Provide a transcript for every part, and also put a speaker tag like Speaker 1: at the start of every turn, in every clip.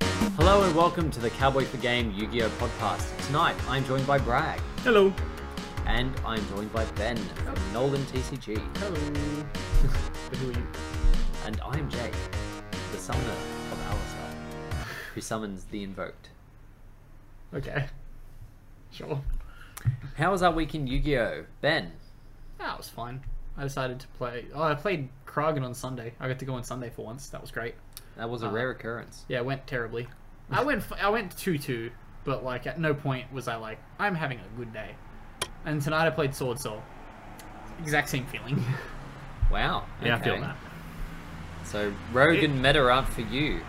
Speaker 1: Hello and welcome to the Cowboy for Game Yu Gi Oh! podcast. Tonight I'm joined by Bragg
Speaker 2: Hello.
Speaker 1: and I'm joined by Ben from Nolan TCG
Speaker 2: Hello. but who are you?
Speaker 1: and I'm Jake, the summoner of Alistar, who summons the invoked.
Speaker 2: Okay. Sure.
Speaker 1: How was our week in Yu Gi Oh! Ben?
Speaker 2: That was fine. I decided to play. Oh, I played Kragan on Sunday. I got to go on Sunday for once. That was great.
Speaker 1: That was a
Speaker 2: Uh,
Speaker 1: rare occurrence.
Speaker 2: Yeah, it went terribly. I went. f- I went two two, but like at no point was I like I'm having a good day. And tonight I played Sword Soul. Exact same feeling.
Speaker 1: Wow.
Speaker 2: Yeah, I feel
Speaker 1: okay.
Speaker 2: that.
Speaker 1: So rogue and meta aren't for you.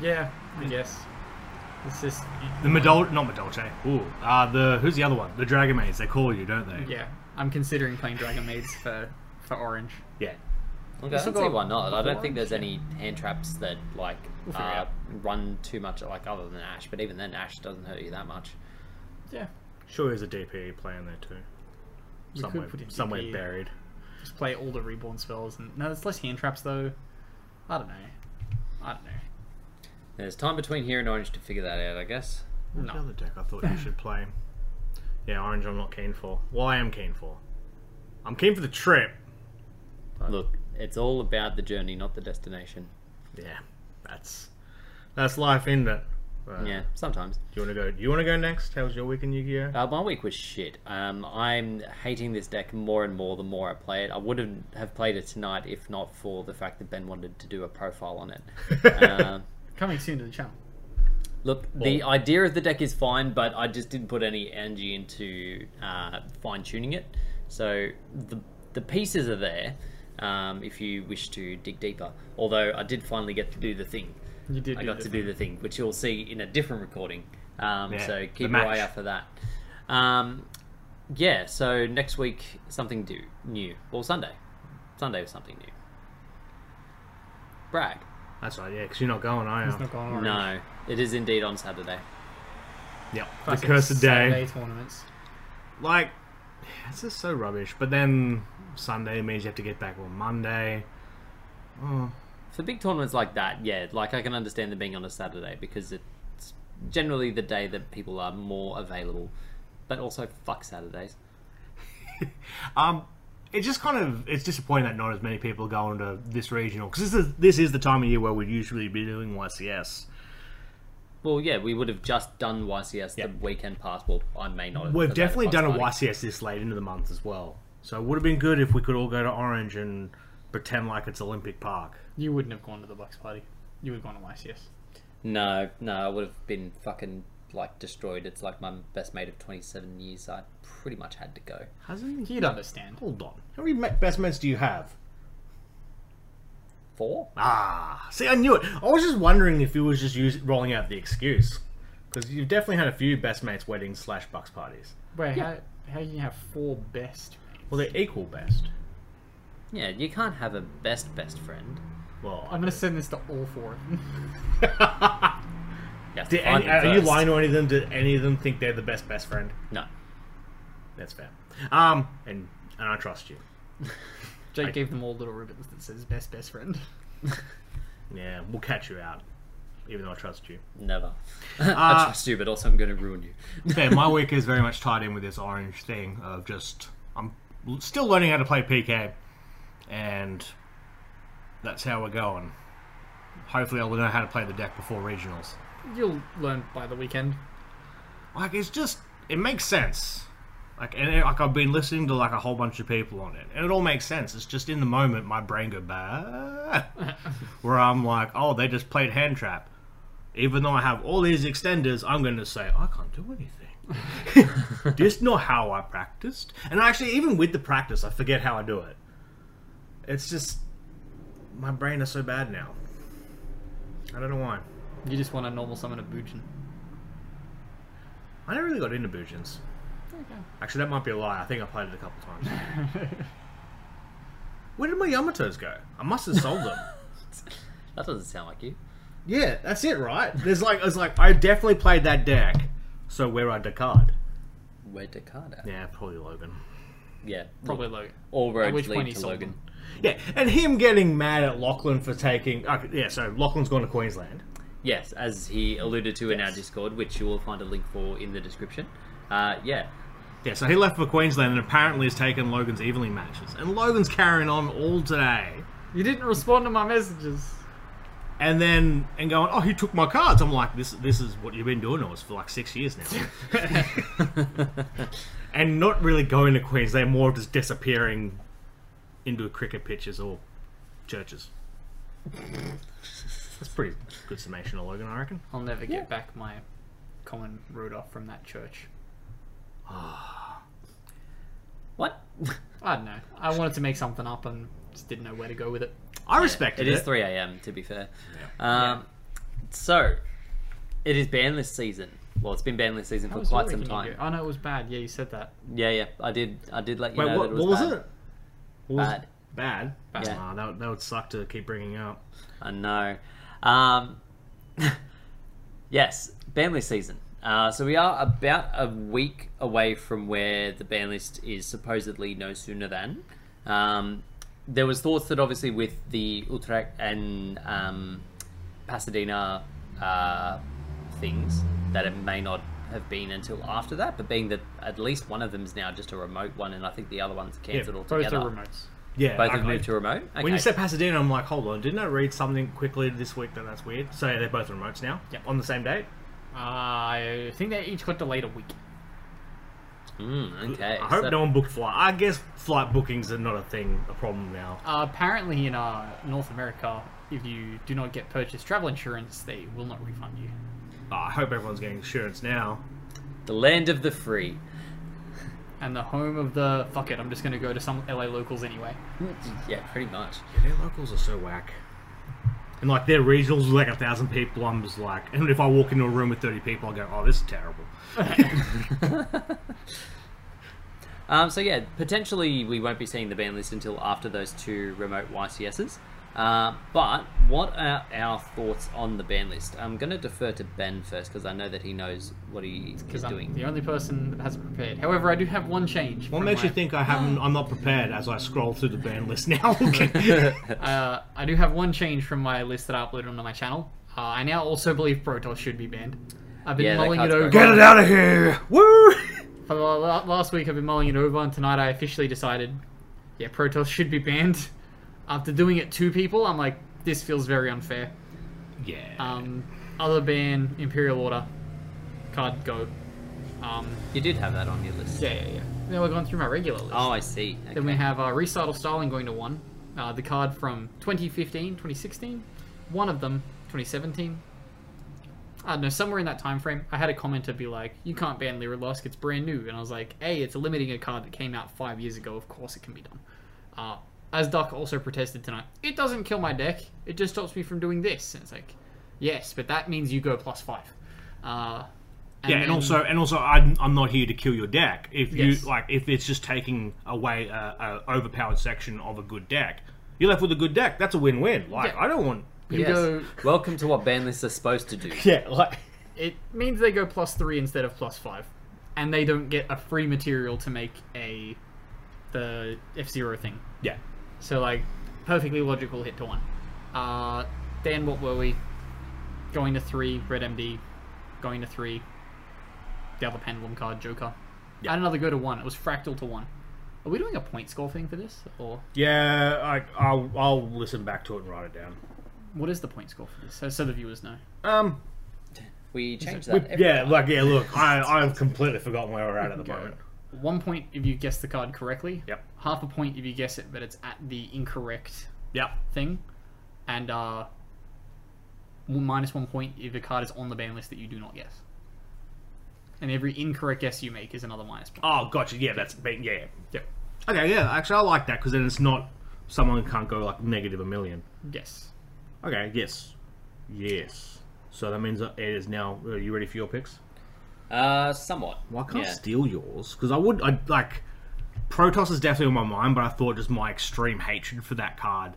Speaker 2: Yeah, I guess. It's just
Speaker 3: The Medol, not Medolce. Ooh, uh, the who's the other one? The Dragon Maids. They call you, don't they?
Speaker 2: yeah. I'm considering playing Dragon Maids for for Orange.
Speaker 3: Yeah.
Speaker 1: Okay, I
Speaker 2: This'll
Speaker 1: don't see
Speaker 2: go
Speaker 1: why not. I don't
Speaker 2: before
Speaker 1: think there's
Speaker 2: lunch,
Speaker 1: any hand traps that like
Speaker 2: We'll figure it
Speaker 1: uh,
Speaker 2: out.
Speaker 1: run too much, like other than Ash. But even then, Ash doesn't hurt you that much.
Speaker 2: Yeah.
Speaker 3: Sure, there's a DPE player in there too.
Speaker 2: We could
Speaker 3: Somewhere,
Speaker 2: put in E.
Speaker 3: somewhere
Speaker 2: DPE.
Speaker 3: buried.
Speaker 2: Just play all the reborn spells and no, there's less hand traps though. I don't know. I don't know.
Speaker 1: There's time between here and Orange to figure that out, I guess.
Speaker 3: What's
Speaker 2: No.
Speaker 3: the other deck I thought you should play? Yeah, Orange. I'm not keen for. Well, I am keen for. I'm keen for the trip.
Speaker 1: Look, it's all about the journey, not the destination.
Speaker 3: Yeah, that's that's life, isn't it? Uh,
Speaker 1: Yeah, sometimes.
Speaker 3: Do you want to go? Do you want to go next? How was your week in Yu-Gi-Oh?
Speaker 1: Uh, my week was shit. Um, I'm hating this deck more and more the more I play it. I wouldn't have played it tonight if not for the fact that Ben wanted to do a profile on it.
Speaker 2: Uh,
Speaker 1: Um,
Speaker 2: Coming soon to the channel.
Speaker 1: Look, the idea of the deck is fine, but I just didn't put any energy into uh, fine tuning it. So the the pieces are there um, if you wish to dig deeper. Although I did finally get to do the thing.
Speaker 2: You did.
Speaker 1: I got to do the thing, which you'll see in a different recording. Um,
Speaker 3: Yeah,
Speaker 1: so
Speaker 3: the
Speaker 1: keep your eye
Speaker 3: match.
Speaker 1: out for that. Um, yeah. So next week something do, new. Well, Sunday. Sunday was something new. Brag.
Speaker 3: That's right. Yeah, because you're not going, are you?
Speaker 2: It's not going on.
Speaker 1: No, it is indeed on Saturday.
Speaker 3: Yep. The
Speaker 2: Fucking
Speaker 3: cursed day.
Speaker 2: Saturday tournaments.
Speaker 3: like it's just so rubbish. But then Sunday means you have to get back on Monday. Oh,
Speaker 1: For big tournaments like that, yeah, like I can understand them being on a Saturday because it's generally the day that people are more available. But also, fuck Saturdays.
Speaker 3: um, it's just kind of it's disappointing that not as many people go into this regional because this is this is the time of year where we'd usually be doing YCS.
Speaker 1: Well, yeah, we would have just done YCS
Speaker 3: Yep.
Speaker 1: the weekend past. Well, I may not. Have
Speaker 3: We've
Speaker 1: because I had
Speaker 3: definitely done a
Speaker 1: party.
Speaker 3: YCS this late into the month as well, so it would have been good if we could all go to Orange and pretend like it's Olympic Park.
Speaker 2: You wouldn't have gone to the Bucks party. You would have gone to YCS.
Speaker 1: No, no, I would have been fucking like destroyed. It's like my best mate of twenty-seven years. I pretty much had to go.
Speaker 3: Hasn't
Speaker 2: He'd understand.
Speaker 3: Hold on. How many ma- best mates do you have?
Speaker 1: Four?
Speaker 3: Ah, see, I knew it. I was just wondering if you was just use, rolling out the excuse because you've definitely had a few best mates weddings slash bucks parties.
Speaker 2: Wait, how how can you have four best? mates?
Speaker 3: Well, they're equal best.
Speaker 1: Yeah, you can't have a best best friend.
Speaker 3: Well,
Speaker 2: I'm gonna send this to all four of them.
Speaker 1: You have to
Speaker 3: do
Speaker 1: find
Speaker 3: any,
Speaker 1: them
Speaker 3: are you
Speaker 1: first.
Speaker 3: lying to any of them? Do any of them think they're the best best friend?
Speaker 1: No.
Speaker 3: That's fair. Um, and and I trust you.
Speaker 2: Jake gave them all little ribbons that says best best friend.
Speaker 3: Yeah, we'll catch you out, even though I trust you.
Speaker 1: Never. I trust you, but also I'm going to ruin you.
Speaker 3: Yeah, my week is very much tied in with this orange thing of just I'm l- still learning how to play PK, and that's how we're going. Hopefully, I will know how to play the deck before regionals.
Speaker 2: You'll learn by the weekend.
Speaker 3: Like it's just it makes sense. Like and it, like I've been listening to like a whole bunch of people on it, and it all makes sense. It's just in the moment my brain go bah, where I'm like, oh, they just played hand trap. Even though I have all these extenders, I'm going to say I can't do anything. just not how I practiced. And actually, even with the practice, I forget how I do it. It's just my brain is so bad now. I don't know why.
Speaker 2: You just want a normal summon of Bujin.
Speaker 3: I never really got into Bujins. Actually, that might be a lie. I think I played it a couple times. Where did my Yamatos go? I must have sold them.
Speaker 1: that doesn't sound like you.
Speaker 3: yeah, that's it, right? There's like, it's like I definitely played that deck. So where are Descartes?
Speaker 1: Where Dakada?
Speaker 3: Yeah, probably Logan.
Speaker 1: Yeah,
Speaker 2: Probably Logan.
Speaker 1: All
Speaker 2: At
Speaker 1: roads
Speaker 2: which
Speaker 1: lead
Speaker 2: point he
Speaker 1: to
Speaker 2: sold
Speaker 1: Logan.
Speaker 2: them.
Speaker 3: Yeah, and him getting mad at Lachlan for taking. Okay, yeah, so Lachlan's gone to Queensland.
Speaker 1: Yes, as he alluded to in our
Speaker 2: Yes.
Speaker 1: Discord, which you will find a link for in the description. Uh, yeah,
Speaker 3: Yeah, so he left for Queensland and apparently has taken Logan's Evening matches. And Logan's carrying on all today.
Speaker 2: You didn't respond to my messages.
Speaker 3: And then and going, oh, he took my cards. I'm like, this this is what you've been doing to us for like six years now. and not really going to Queensland, more just disappearing into cricket pitches or churches. That's pretty good summation of Logan, I reckon.
Speaker 2: I'll never get back my common Rudolph from that church.
Speaker 1: what?
Speaker 2: I don't know. I wanted to make something up and just didn't know where to go with it.
Speaker 3: I respect
Speaker 1: It
Speaker 3: it.
Speaker 1: is 3 a.m. to be fair. Um, So, it is ban list season. Well, it's been ban list season
Speaker 2: I
Speaker 1: for
Speaker 2: was
Speaker 1: quite some
Speaker 2: worried when
Speaker 1: time.
Speaker 2: you- I know it was bad. Yeah, you said that.
Speaker 1: Yeah, yeah. I did. I did let you
Speaker 3: Wait,
Speaker 1: know
Speaker 3: what,
Speaker 1: that it
Speaker 3: what
Speaker 1: was
Speaker 3: was
Speaker 1: bad.
Speaker 3: it? What was
Speaker 1: Bad.
Speaker 3: Bad?
Speaker 2: Bad.
Speaker 1: Yeah.
Speaker 3: Aw, that, would- that would suck to keep bringing up.
Speaker 1: I know. Um, yes, ban list season. Uh, so we are about a week away from where the ban list is supposedly no sooner than. Um, there was thoughts that obviously with the Utrecht and um, Pasadena uh, things that it may not have been until after that, but being that at least one of them is now just a remote one, and I think the other one's cancelled
Speaker 2: Both
Speaker 1: altogether.
Speaker 2: are remotes.
Speaker 3: Yeah.
Speaker 1: Both
Speaker 3: I-
Speaker 1: have
Speaker 3: I-
Speaker 1: moved to remote. Okay.
Speaker 3: When you said Pasadena, I'm like, hold on, didn't I read something quickly this week that that's weird? So yeah, they're both remotes now.
Speaker 2: Yep.
Speaker 3: On the same date.
Speaker 2: I think they each got delayed a week.
Speaker 1: Mm, okay,
Speaker 3: I hope
Speaker 1: so-
Speaker 3: no one booked flight. I guess flight bookings are not a thing, a problem now.
Speaker 2: Uh, apparently, in uh, North America, if you do not get purchased travel insurance, they will not refund you.
Speaker 3: Oh, I hope everyone's getting insurance now.
Speaker 1: the land of the free.
Speaker 2: And the home of the fuck it, I'm just gonna go to some LA locals anyway.
Speaker 1: Yeah, pretty much.
Speaker 3: Yeah, their locals are so whack. And like their regionals with like a thousand people, I'm just like, and if I walk into a room with 30 people, I go, oh, this is terrible.
Speaker 1: Um, so yeah, potentially we won't be seeing the ban list until after those two remote YCSs. Uh, but what are our thoughts on the ban list? I'm going to defer to Ben first because I know that he knows what he is
Speaker 2: Because I'm
Speaker 1: doing.
Speaker 2: the only person that hasn't prepared. However, I do have one change.
Speaker 3: What
Speaker 2: from
Speaker 3: makes you
Speaker 2: my-
Speaker 3: think I haven't? I'm not prepared as I scroll through the ban list now. Okay.
Speaker 2: Uh, I do have one change from my list that I uploaded onto my channel. Uh, I now also believe Protoss should be banned. I've been
Speaker 1: Yeah, that
Speaker 2: mulling it
Speaker 1: card's
Speaker 2: over.
Speaker 1: broken.
Speaker 3: Get it out of here! Woo!
Speaker 2: For the la- last week, I've been mulling it over, and tonight I officially decided, yeah, Protoss should be banned. After doing it to people, I'm like, this feels very unfair.
Speaker 3: Yeah.
Speaker 2: Um, other ban, Imperial Order, card go. Um,
Speaker 1: You did have that on your list.
Speaker 2: yeah, yeah, yeah. Now we're going through my regular list.
Speaker 1: Oh, I see. Okay.
Speaker 2: Then we have uh, Recital Styling going to one. Uh, the card from 2015, 2016. One of them, 2017. I don't know, somewhere in that time frame, I had a commenter be like, you can't ban Lirilosk, it's brand new. And I was like, hey, it's limiting a card that came out five years ago, of course it can be done. Uh, as Doc also protested tonight, it doesn't kill my deck, it just stops me from doing this. And it's like, yes, but that means you go plus five. Uh,
Speaker 3: yeah, and
Speaker 2: then-
Speaker 3: also, and also, I'm, I'm not here to kill your deck. If you
Speaker 2: Yes.
Speaker 3: like, if it's just taking away a, a overpowered section of a good deck, you're left with a good deck. That's a win-win. Like,
Speaker 2: Yeah.
Speaker 3: I don't want.
Speaker 2: you
Speaker 1: Yes.
Speaker 2: go
Speaker 1: Welcome to what ban lists are supposed to do.
Speaker 3: Yeah, like.
Speaker 2: it means they go plus three instead of plus five, and they don't get a free material to make a the F Zero thing.
Speaker 3: Yeah.
Speaker 2: So like, perfectly logical hit to one. Uh, then what were we? Going to three, red MD, going to three. The other pendulum card, Joker.
Speaker 3: Yeah.
Speaker 2: Add another go to one. It was fractal to one. Are we doing a point score thing for this, or
Speaker 3: Yeah, I, I'll, I'll listen back to it and write it down.
Speaker 2: what is the point score for this? So, so the viewers know.
Speaker 3: Um,
Speaker 1: We changed
Speaker 2: We-
Speaker 1: that. every
Speaker 3: yeah,
Speaker 1: time.
Speaker 3: like, yeah, look, I, I've completely forgotten where we're at at the moment.
Speaker 2: One point if you guess the card correctly.
Speaker 3: Yep.
Speaker 2: Half a point if you guess it, but it's at the incorrect
Speaker 3: Yep.
Speaker 2: thing, and uh, m- minus one point if the card is on the ban list that you do not guess. And every incorrect guess you make is another minus point.
Speaker 3: Oh, gotcha. Yeah, that's been, yeah.
Speaker 2: Yep.
Speaker 3: Okay, yeah, actually, I like that because then it's not someone can't go like negative a million.
Speaker 2: Yes.
Speaker 3: Okay, yes. Yes. So that means that it is now. Are you ready for your picks?
Speaker 1: Uh, somewhat.
Speaker 3: Well, I can't
Speaker 1: Yeah.
Speaker 3: steal yours because I would. I like Protoss is definitely on my mind, but I thought just my extreme hatred for that card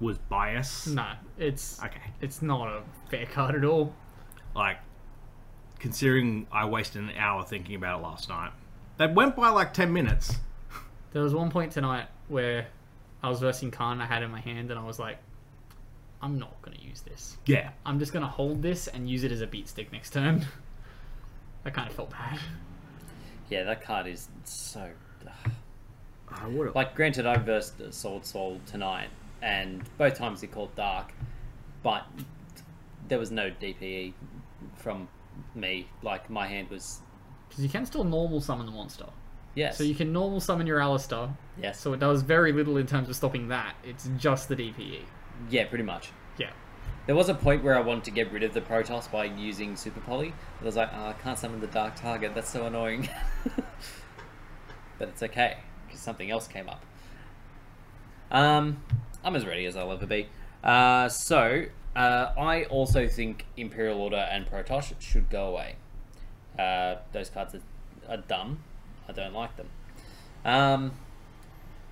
Speaker 3: was bias.
Speaker 2: Nah, it's
Speaker 3: Okay.
Speaker 2: It's not a fair card at all.
Speaker 3: Like considering I wasted an hour thinking about it last night, that went by like ten minutes.
Speaker 2: There was one point tonight where I was versing Khan. I had in my hand, and I was like, I'm not going to use this.
Speaker 3: Yeah.
Speaker 2: I'm just going to hold this and use it as a beat stick next turn. I kind of felt bad.
Speaker 1: Yeah, that card is so.
Speaker 3: I would have.
Speaker 1: Like, granted, I versed Soul Soul tonight, and both times he called Dark, but there was no DPE from me. Like, my hand was.
Speaker 2: Because you can still normal summon the monster.
Speaker 1: Yes.
Speaker 2: So you can normal summon your Alistar.
Speaker 1: Yes.
Speaker 2: So it does very little in terms of stopping that. It's just the DPE.
Speaker 1: Yeah, pretty much.
Speaker 2: Yeah.
Speaker 1: There was a point where I wanted to get rid of the Protoss by using Super Poly. but I was like, oh, I can't summon the Dark Target. That's so annoying. but it's okay because something else came up. Um, I'm as ready as I'll ever be. Uh, so uh, I also think Imperial Order and Protoss should go away. Uh, those cards are, are dumb. I don't like them. Um,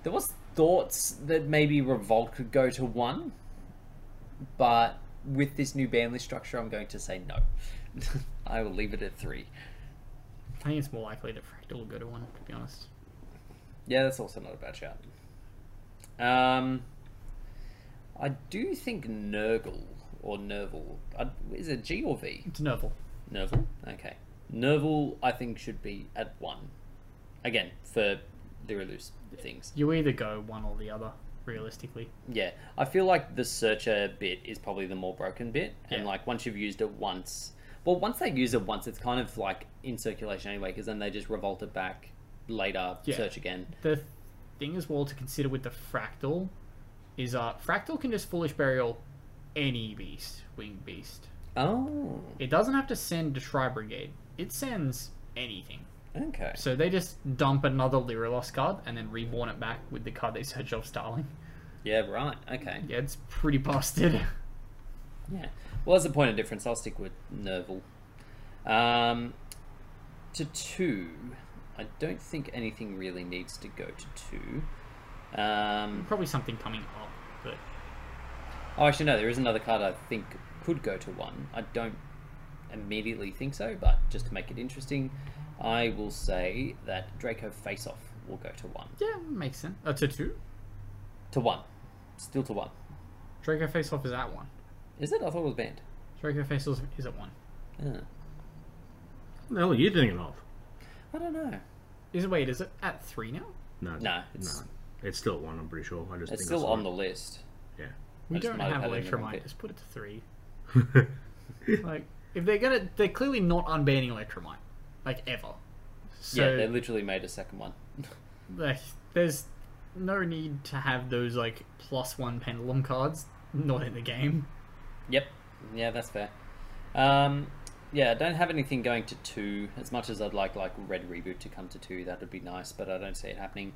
Speaker 1: there was thoughts that maybe Revolt could go to one but with this new ban list structure, I'm going to say no. I will leave it at three.
Speaker 2: I think it's more likely that Fractal will go to one, to be honest.
Speaker 1: Yeah, that's also not a bad shout. Um, I do think Nurgle or Nerval I, is it G or V?
Speaker 2: It's Nerval.
Speaker 1: Nerval. Okay, Nerval I think should be at one. Again for the loose things.
Speaker 2: You either go one or the other, realistically.
Speaker 1: Yeah, I feel like the searcher bit is probably the more broken bit, and
Speaker 2: Yeah.
Speaker 1: like once you've used it once, well, once they use it once, it's kind of like in circulation anyway, because then they just revolt it back later,
Speaker 2: Yeah.
Speaker 1: search again.
Speaker 2: The thing as well to consider with the Fractal is uh, Fractal can just Foolish Burial any beast, winged beast.
Speaker 1: Oh,
Speaker 2: It doesn't have to send to Tri Brigade, it sends anything.
Speaker 1: okay.
Speaker 2: So they just dump another Lyralos card and then reborn it back with the card they search off Starling.
Speaker 1: Yeah, right. Okay.
Speaker 2: Yeah, it's pretty busted.
Speaker 1: Yeah. Well, as a point of difference, I'll stick with Nerval. Um, to two, I don't think anything really needs to go to two. Um,
Speaker 2: Probably something coming up, but
Speaker 1: Oh, actually, no. There is another card I think could go to one. I don't immediately think so, but just to make it interesting, I will say that Draco Face Off will go to one.
Speaker 2: yeah, makes sense. Uh, to two?
Speaker 1: To one. Still to one.
Speaker 2: Draco Face Off is at one.
Speaker 1: Is it? I thought it was banned.
Speaker 2: Draco Face Off is at one.
Speaker 1: Yeah.
Speaker 3: What the hell are you thinking of?
Speaker 1: I don't know.
Speaker 2: Is it, wait, is it at three now?
Speaker 3: No.
Speaker 1: No, it's-
Speaker 3: no. It's still at one, I'm pretty sure. I just
Speaker 1: It's
Speaker 3: think
Speaker 1: still
Speaker 3: I saw
Speaker 1: on the
Speaker 3: it.
Speaker 1: list.
Speaker 3: Yeah.
Speaker 2: We
Speaker 1: I just
Speaker 2: don't
Speaker 1: might have
Speaker 2: have
Speaker 1: had it in the wrong
Speaker 2: Electromite.
Speaker 1: bit.
Speaker 2: Just put it to three. Like, if they're gonna, they're clearly not unbanning Electromite, like ever. So
Speaker 1: yeah, they literally made a second one.
Speaker 2: like, there's no need to have those like plus one pendulum cards not in the game.
Speaker 1: Yep. Yeah, that's fair. Um, yeah, I don't have anything going to two. As much as I'd like like Red Reboot to come to two, that would be nice, but I don't see it happening.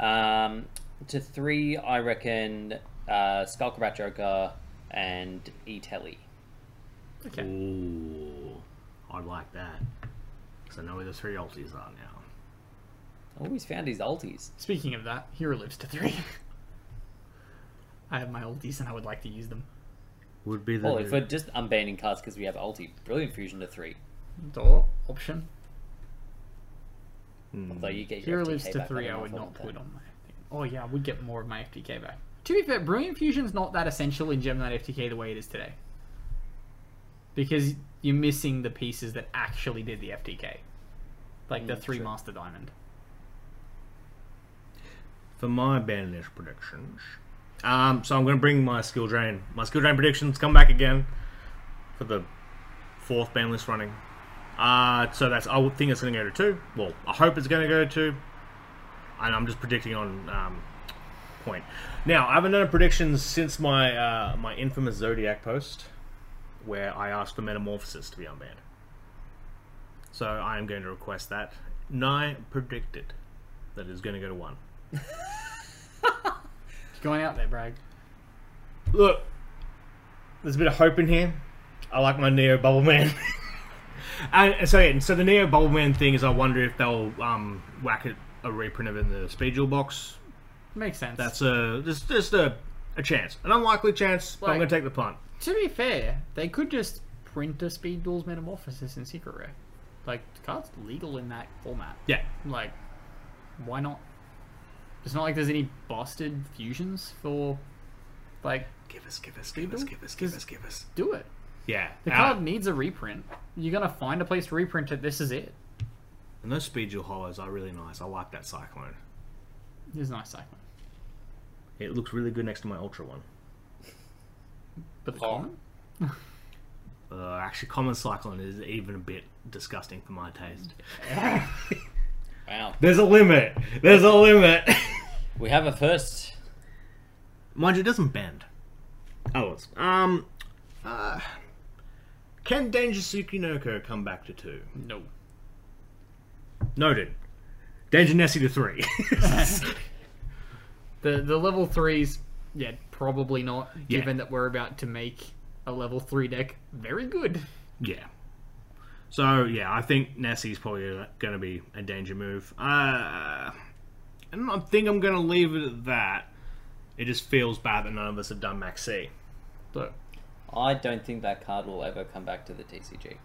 Speaker 1: Um, to three, I reckon uh, Skullcrabat Joker and E Telly.
Speaker 2: Okay.
Speaker 3: Ooh. I like that. So I know where the three ultis are now.
Speaker 1: Oh, he's found his ulties.
Speaker 2: Speaking of that, hero lives to three. I have my oldies and I would like to use them.
Speaker 3: Would be the.
Speaker 1: Well, if we're just unbanning cards because we have ulti, Brilliant Fusion to three.
Speaker 2: Door option.
Speaker 1: Although you get your
Speaker 2: Hero
Speaker 1: FTK
Speaker 2: lives to
Speaker 1: back,
Speaker 2: three. I
Speaker 1: don't
Speaker 2: would
Speaker 1: know if
Speaker 2: not
Speaker 1: want
Speaker 2: put on my. Thing. Oh yeah, I would get more of my FTK back. To be fair, Brilliant Fusion's not that essential in Gemini FTK the way it is today, because you're missing the pieces that actually did the FTK, like the
Speaker 1: Mm,
Speaker 2: three
Speaker 1: true.
Speaker 2: Master Diamond.
Speaker 3: for my bandage predictions. Um, so I'm going to bring my skill drain. My skill drain predictions come back again for the fourth ban list running. Uh, so that's I would think it's going to go to two. Well, I hope it's going to go to two, and I'm just predicting on um, point. Now I haven't done a prediction since my uh, my infamous zodiac post, where I asked for metamorphosis to be unbanned. So I am going to request that. Nye predicted that it's going to go to one.
Speaker 2: Going out there, Bragg.
Speaker 3: Look, there's a bit of hope in here. I like my Neo Bubble Man. and and so, yeah, so the Neo Bubble Man thing is, I wonder if they'll um, whack it a reprint of it in the Speed Duel box.
Speaker 2: Makes sense.
Speaker 3: That's a just just a, a chance, an unlikely chance. But I'm
Speaker 2: Like-
Speaker 3: going to take the punt.
Speaker 2: to be fair. They could just print a Speed Duels Metamorphosis in Secret Rare, like the card's legal in that format.
Speaker 3: Yeah,
Speaker 2: Like, why not? It's not like there's any busted fusions for Like,
Speaker 3: Give us, give us, give us, give us, give us, give us.
Speaker 2: do it.
Speaker 3: Yeah.
Speaker 2: The
Speaker 3: out.
Speaker 2: card needs a reprint. You're gonna find a place to reprint it. This is it.
Speaker 3: And those speed jewel hollows are really nice. I like that cyclone.
Speaker 2: This is nice cycling.
Speaker 3: It looks really good next to my ultra one.
Speaker 2: But the
Speaker 1: Oh.
Speaker 2: common?
Speaker 3: Uh, actually, common cyclone is even a bit disgusting for my taste.
Speaker 1: Wow.
Speaker 3: There's a limit. There's a limit.
Speaker 1: We have a first.
Speaker 3: Mind you, it doesn't bend. Oh, it's um. Uh, can Danger Tsukinoko come back to two?
Speaker 2: No.
Speaker 3: Noted. Danger Nessie to three.
Speaker 2: The the level threes, yeah, probably not.
Speaker 3: Yeah.
Speaker 2: Given that we're about to make a level three deck very good.
Speaker 3: Yeah. So yeah, I think Nessie's probably going to be a danger move. Uh, and I think I'm going to leave it at that. It just feels bad that none of us have done Max C.
Speaker 2: Look,
Speaker 1: I don't think that card will ever come back to the TCG.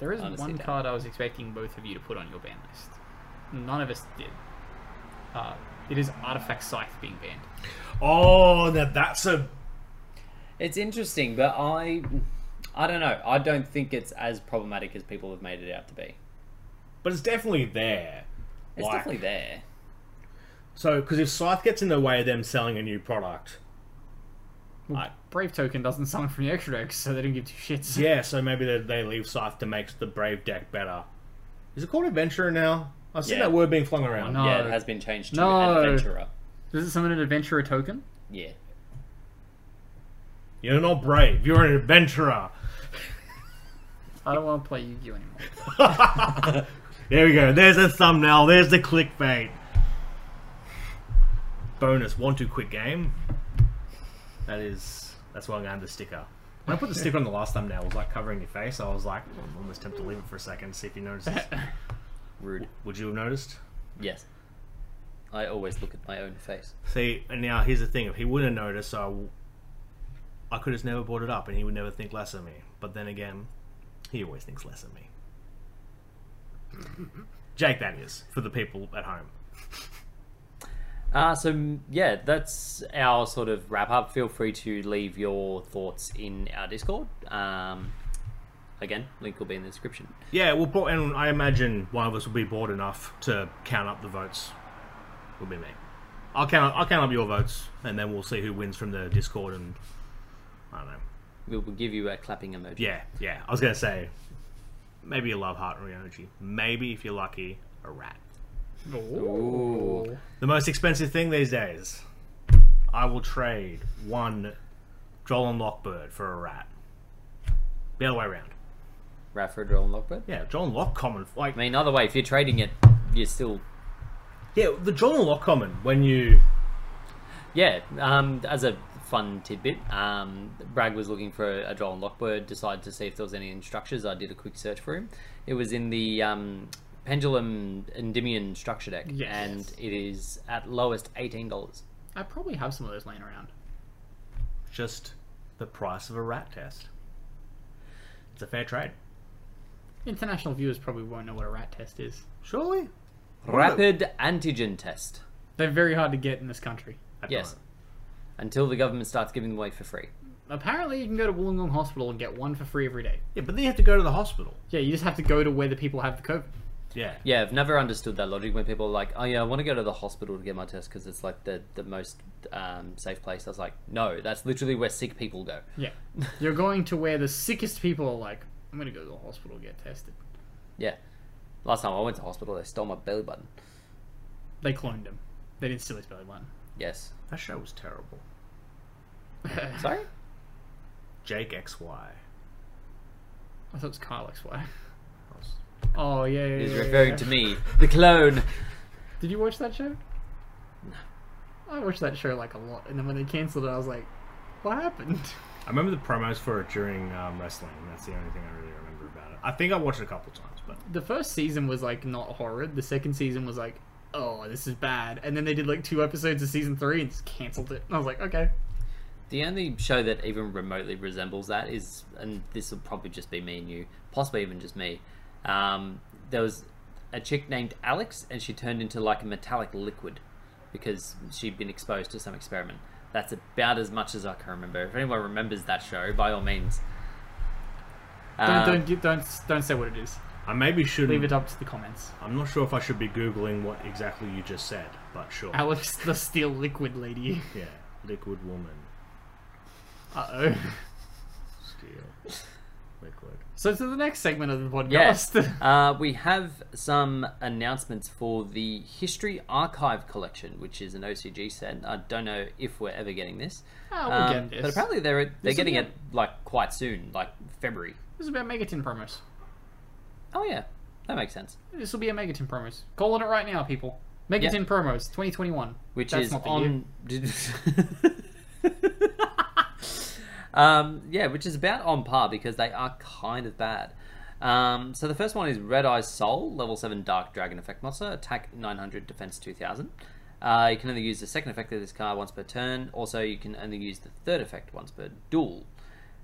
Speaker 2: there is
Speaker 1: Honestly,
Speaker 2: one
Speaker 1: Dan.
Speaker 2: card I was expecting both of you to put on your ban list. None of us did. Uh, it is Artifact Scythe being banned.
Speaker 3: Oh, now that's a
Speaker 1: It's interesting, but I, I don't know. I don't think it's as problematic as people have made it out to be.
Speaker 3: but it's definitely there.
Speaker 1: It's
Speaker 3: Like-
Speaker 1: definitely there.
Speaker 3: So because if Scythe gets in the way of them selling a new product,
Speaker 2: Well,
Speaker 3: I-
Speaker 2: Brave Token doesn't summon from the extra deck, so they don't give two shits.
Speaker 3: yeah, so maybe they, they leave Scythe to make the Brave deck better. Is it called Adventurer now? I've seen
Speaker 1: Yeah.
Speaker 3: that word being flung around.
Speaker 2: no.
Speaker 1: Yeah, it has been changed to
Speaker 2: No.
Speaker 1: Adventurer.
Speaker 2: Does it summon an Adventurer token?
Speaker 1: Yeah.
Speaker 3: You're not brave. You're an adventurer.
Speaker 2: I don't want to play Yu-Gi-Oh anymore.
Speaker 3: There we go. There's the thumbnail. There's the clickbait. Bonus one two quick game. That is. That's why I'm going to have the sticker. When I put the sticker on the last thumbnail, it was like covering your face. I was like, I'm almost tempted to leave it for a second, see if you notice.
Speaker 1: Rude.
Speaker 3: Would you have noticed?
Speaker 1: Yes. I always look at my own face.
Speaker 3: See, and now here's the thing: if he wouldn't have noticed, I, w- I could have never brought it up, and he would never think less of me. But then again, he always thinks less of me. Jake, that is for the people at home.
Speaker 1: Uh, so mm, yeah, that's our sort of wrap up. Feel free to leave your thoughts in our Discord. Um, again, link will be in the description.
Speaker 3: Yeah, well, pro- and I imagine one of us will be bored enough to count up the votes. Will be me. I'll count. I'll count up your votes, and then we'll see who wins from the Discord. And I don't know.
Speaker 1: We will give you a clapping emoji.
Speaker 3: Yeah, yeah. I was gonna say maybe a love heart or energy. Maybe if you're lucky, a rat.
Speaker 1: Ooh.
Speaker 3: The most expensive thing these days. I will trade one Jolon Lockbird for a rat. The other way around.
Speaker 1: Radford or Lockbird.
Speaker 3: Yeah, Jolon Lock common. Like
Speaker 1: I mean, either way, if you're trading it, you're still
Speaker 3: yeah, the Jolon Lock common when you
Speaker 1: yeah. Um, as a fun tidbit, um, Bragg was looking for a Joel Lockbird. Decided to see if there was any in structures. I did a quick search for him. It was in the um, Pendulum Endymion structure deck,
Speaker 2: Yes.
Speaker 1: and it is at lowest eighteen dollars.
Speaker 2: I probably have some of those laying around.
Speaker 3: just the price of a rat test. It's a fair trade.
Speaker 2: International viewers probably won't know what a rat test is.
Speaker 3: Surely?
Speaker 1: Rapid antigen test.
Speaker 2: They're very hard to get in this country.
Speaker 3: At the
Speaker 1: Yes.
Speaker 3: moment.
Speaker 1: Until the government starts giving them away for free.
Speaker 2: Apparently, you can go to Wollongong Hospital and get one for free every day.
Speaker 3: Yeah, but then you have to go to the hospital.
Speaker 2: Yeah, you just have to go to where the people have the COVID.
Speaker 3: Yeah.
Speaker 1: Yeah, I've never understood that logic when people are like, oh yeah, I want to go to the hospital to get my test because it's like the, the most um, safe place. I was like, no, that's literally where sick people go.
Speaker 2: Yeah. You're going to where the sickest people are like, I'm going to go to the hospital and get tested.
Speaker 1: Yeah. Last time I went to hospital, they stole my belly button.
Speaker 2: They cloned him. They didn't steal his belly button.
Speaker 1: Yes.
Speaker 3: That show was terrible.
Speaker 1: Sorry?
Speaker 3: Jake XY.
Speaker 2: I thought it was Kyle XY.
Speaker 3: That was-
Speaker 2: Oh, yeah, yeah,
Speaker 1: He's
Speaker 2: yeah, yeah.
Speaker 1: referring to me, the clone.
Speaker 2: Did you watch that show? No. I watched that show like a lot, and then when they cancelled it, I was like, what happened?
Speaker 3: I remember the promos for it during um, wrestling, and that's the only thing I really remember about it. I think I watched it a couple times, but
Speaker 2: The first season was like not horrid. The second season was like, oh, this is bad. And then they did like two episodes of season three and just cancelled it. I was like, okay.
Speaker 1: The only show that even remotely resembles that is, and this will probably just be me and you, possibly even just me. Um, there was a chick named Alex, and she turned into like a metallic liquid because she'd been exposed to some experiment. That's about as much as I can remember. If anyone remembers that show, by all means.
Speaker 2: Don't,
Speaker 1: Uh,
Speaker 2: don't gi- don't don't say what it is.
Speaker 3: I maybe
Speaker 2: Leave
Speaker 3: shouldn't.
Speaker 2: it up to the comments.
Speaker 3: I'm not sure if I should be googling what exactly you just said, but sure.
Speaker 2: Alex, the steel liquid lady.
Speaker 3: Yeah, liquid woman,
Speaker 2: Uh oh.
Speaker 3: steel, liquid.
Speaker 2: So to the next segment of the
Speaker 1: Yes.
Speaker 2: podcast.
Speaker 1: uh, we have some announcements for the History Archive Collection, which is an OCG set. I don't know if we're ever getting this.
Speaker 2: Ah, we'll
Speaker 1: Um,
Speaker 2: get this.
Speaker 1: But apparently they're they're
Speaker 2: This'll
Speaker 1: getting
Speaker 2: be
Speaker 1: it like quite soon, like February.
Speaker 2: This is about Megaton promos.
Speaker 1: Oh yeah, that makes sense.
Speaker 2: This will be a Megaton promos. Calling it right now, people. Megaton promos 2021.
Speaker 1: Which
Speaker 2: That's
Speaker 1: is
Speaker 2: not the
Speaker 1: on. um, yeah, which is about on par because they are kind of bad. Um, so the first one is Red Eye Soul, level seven Dark Dragon Effect monster, attack 900, defense 2000. Uh, you can only use the second effect of this card once per turn. Also, you can only use the third effect once per duel.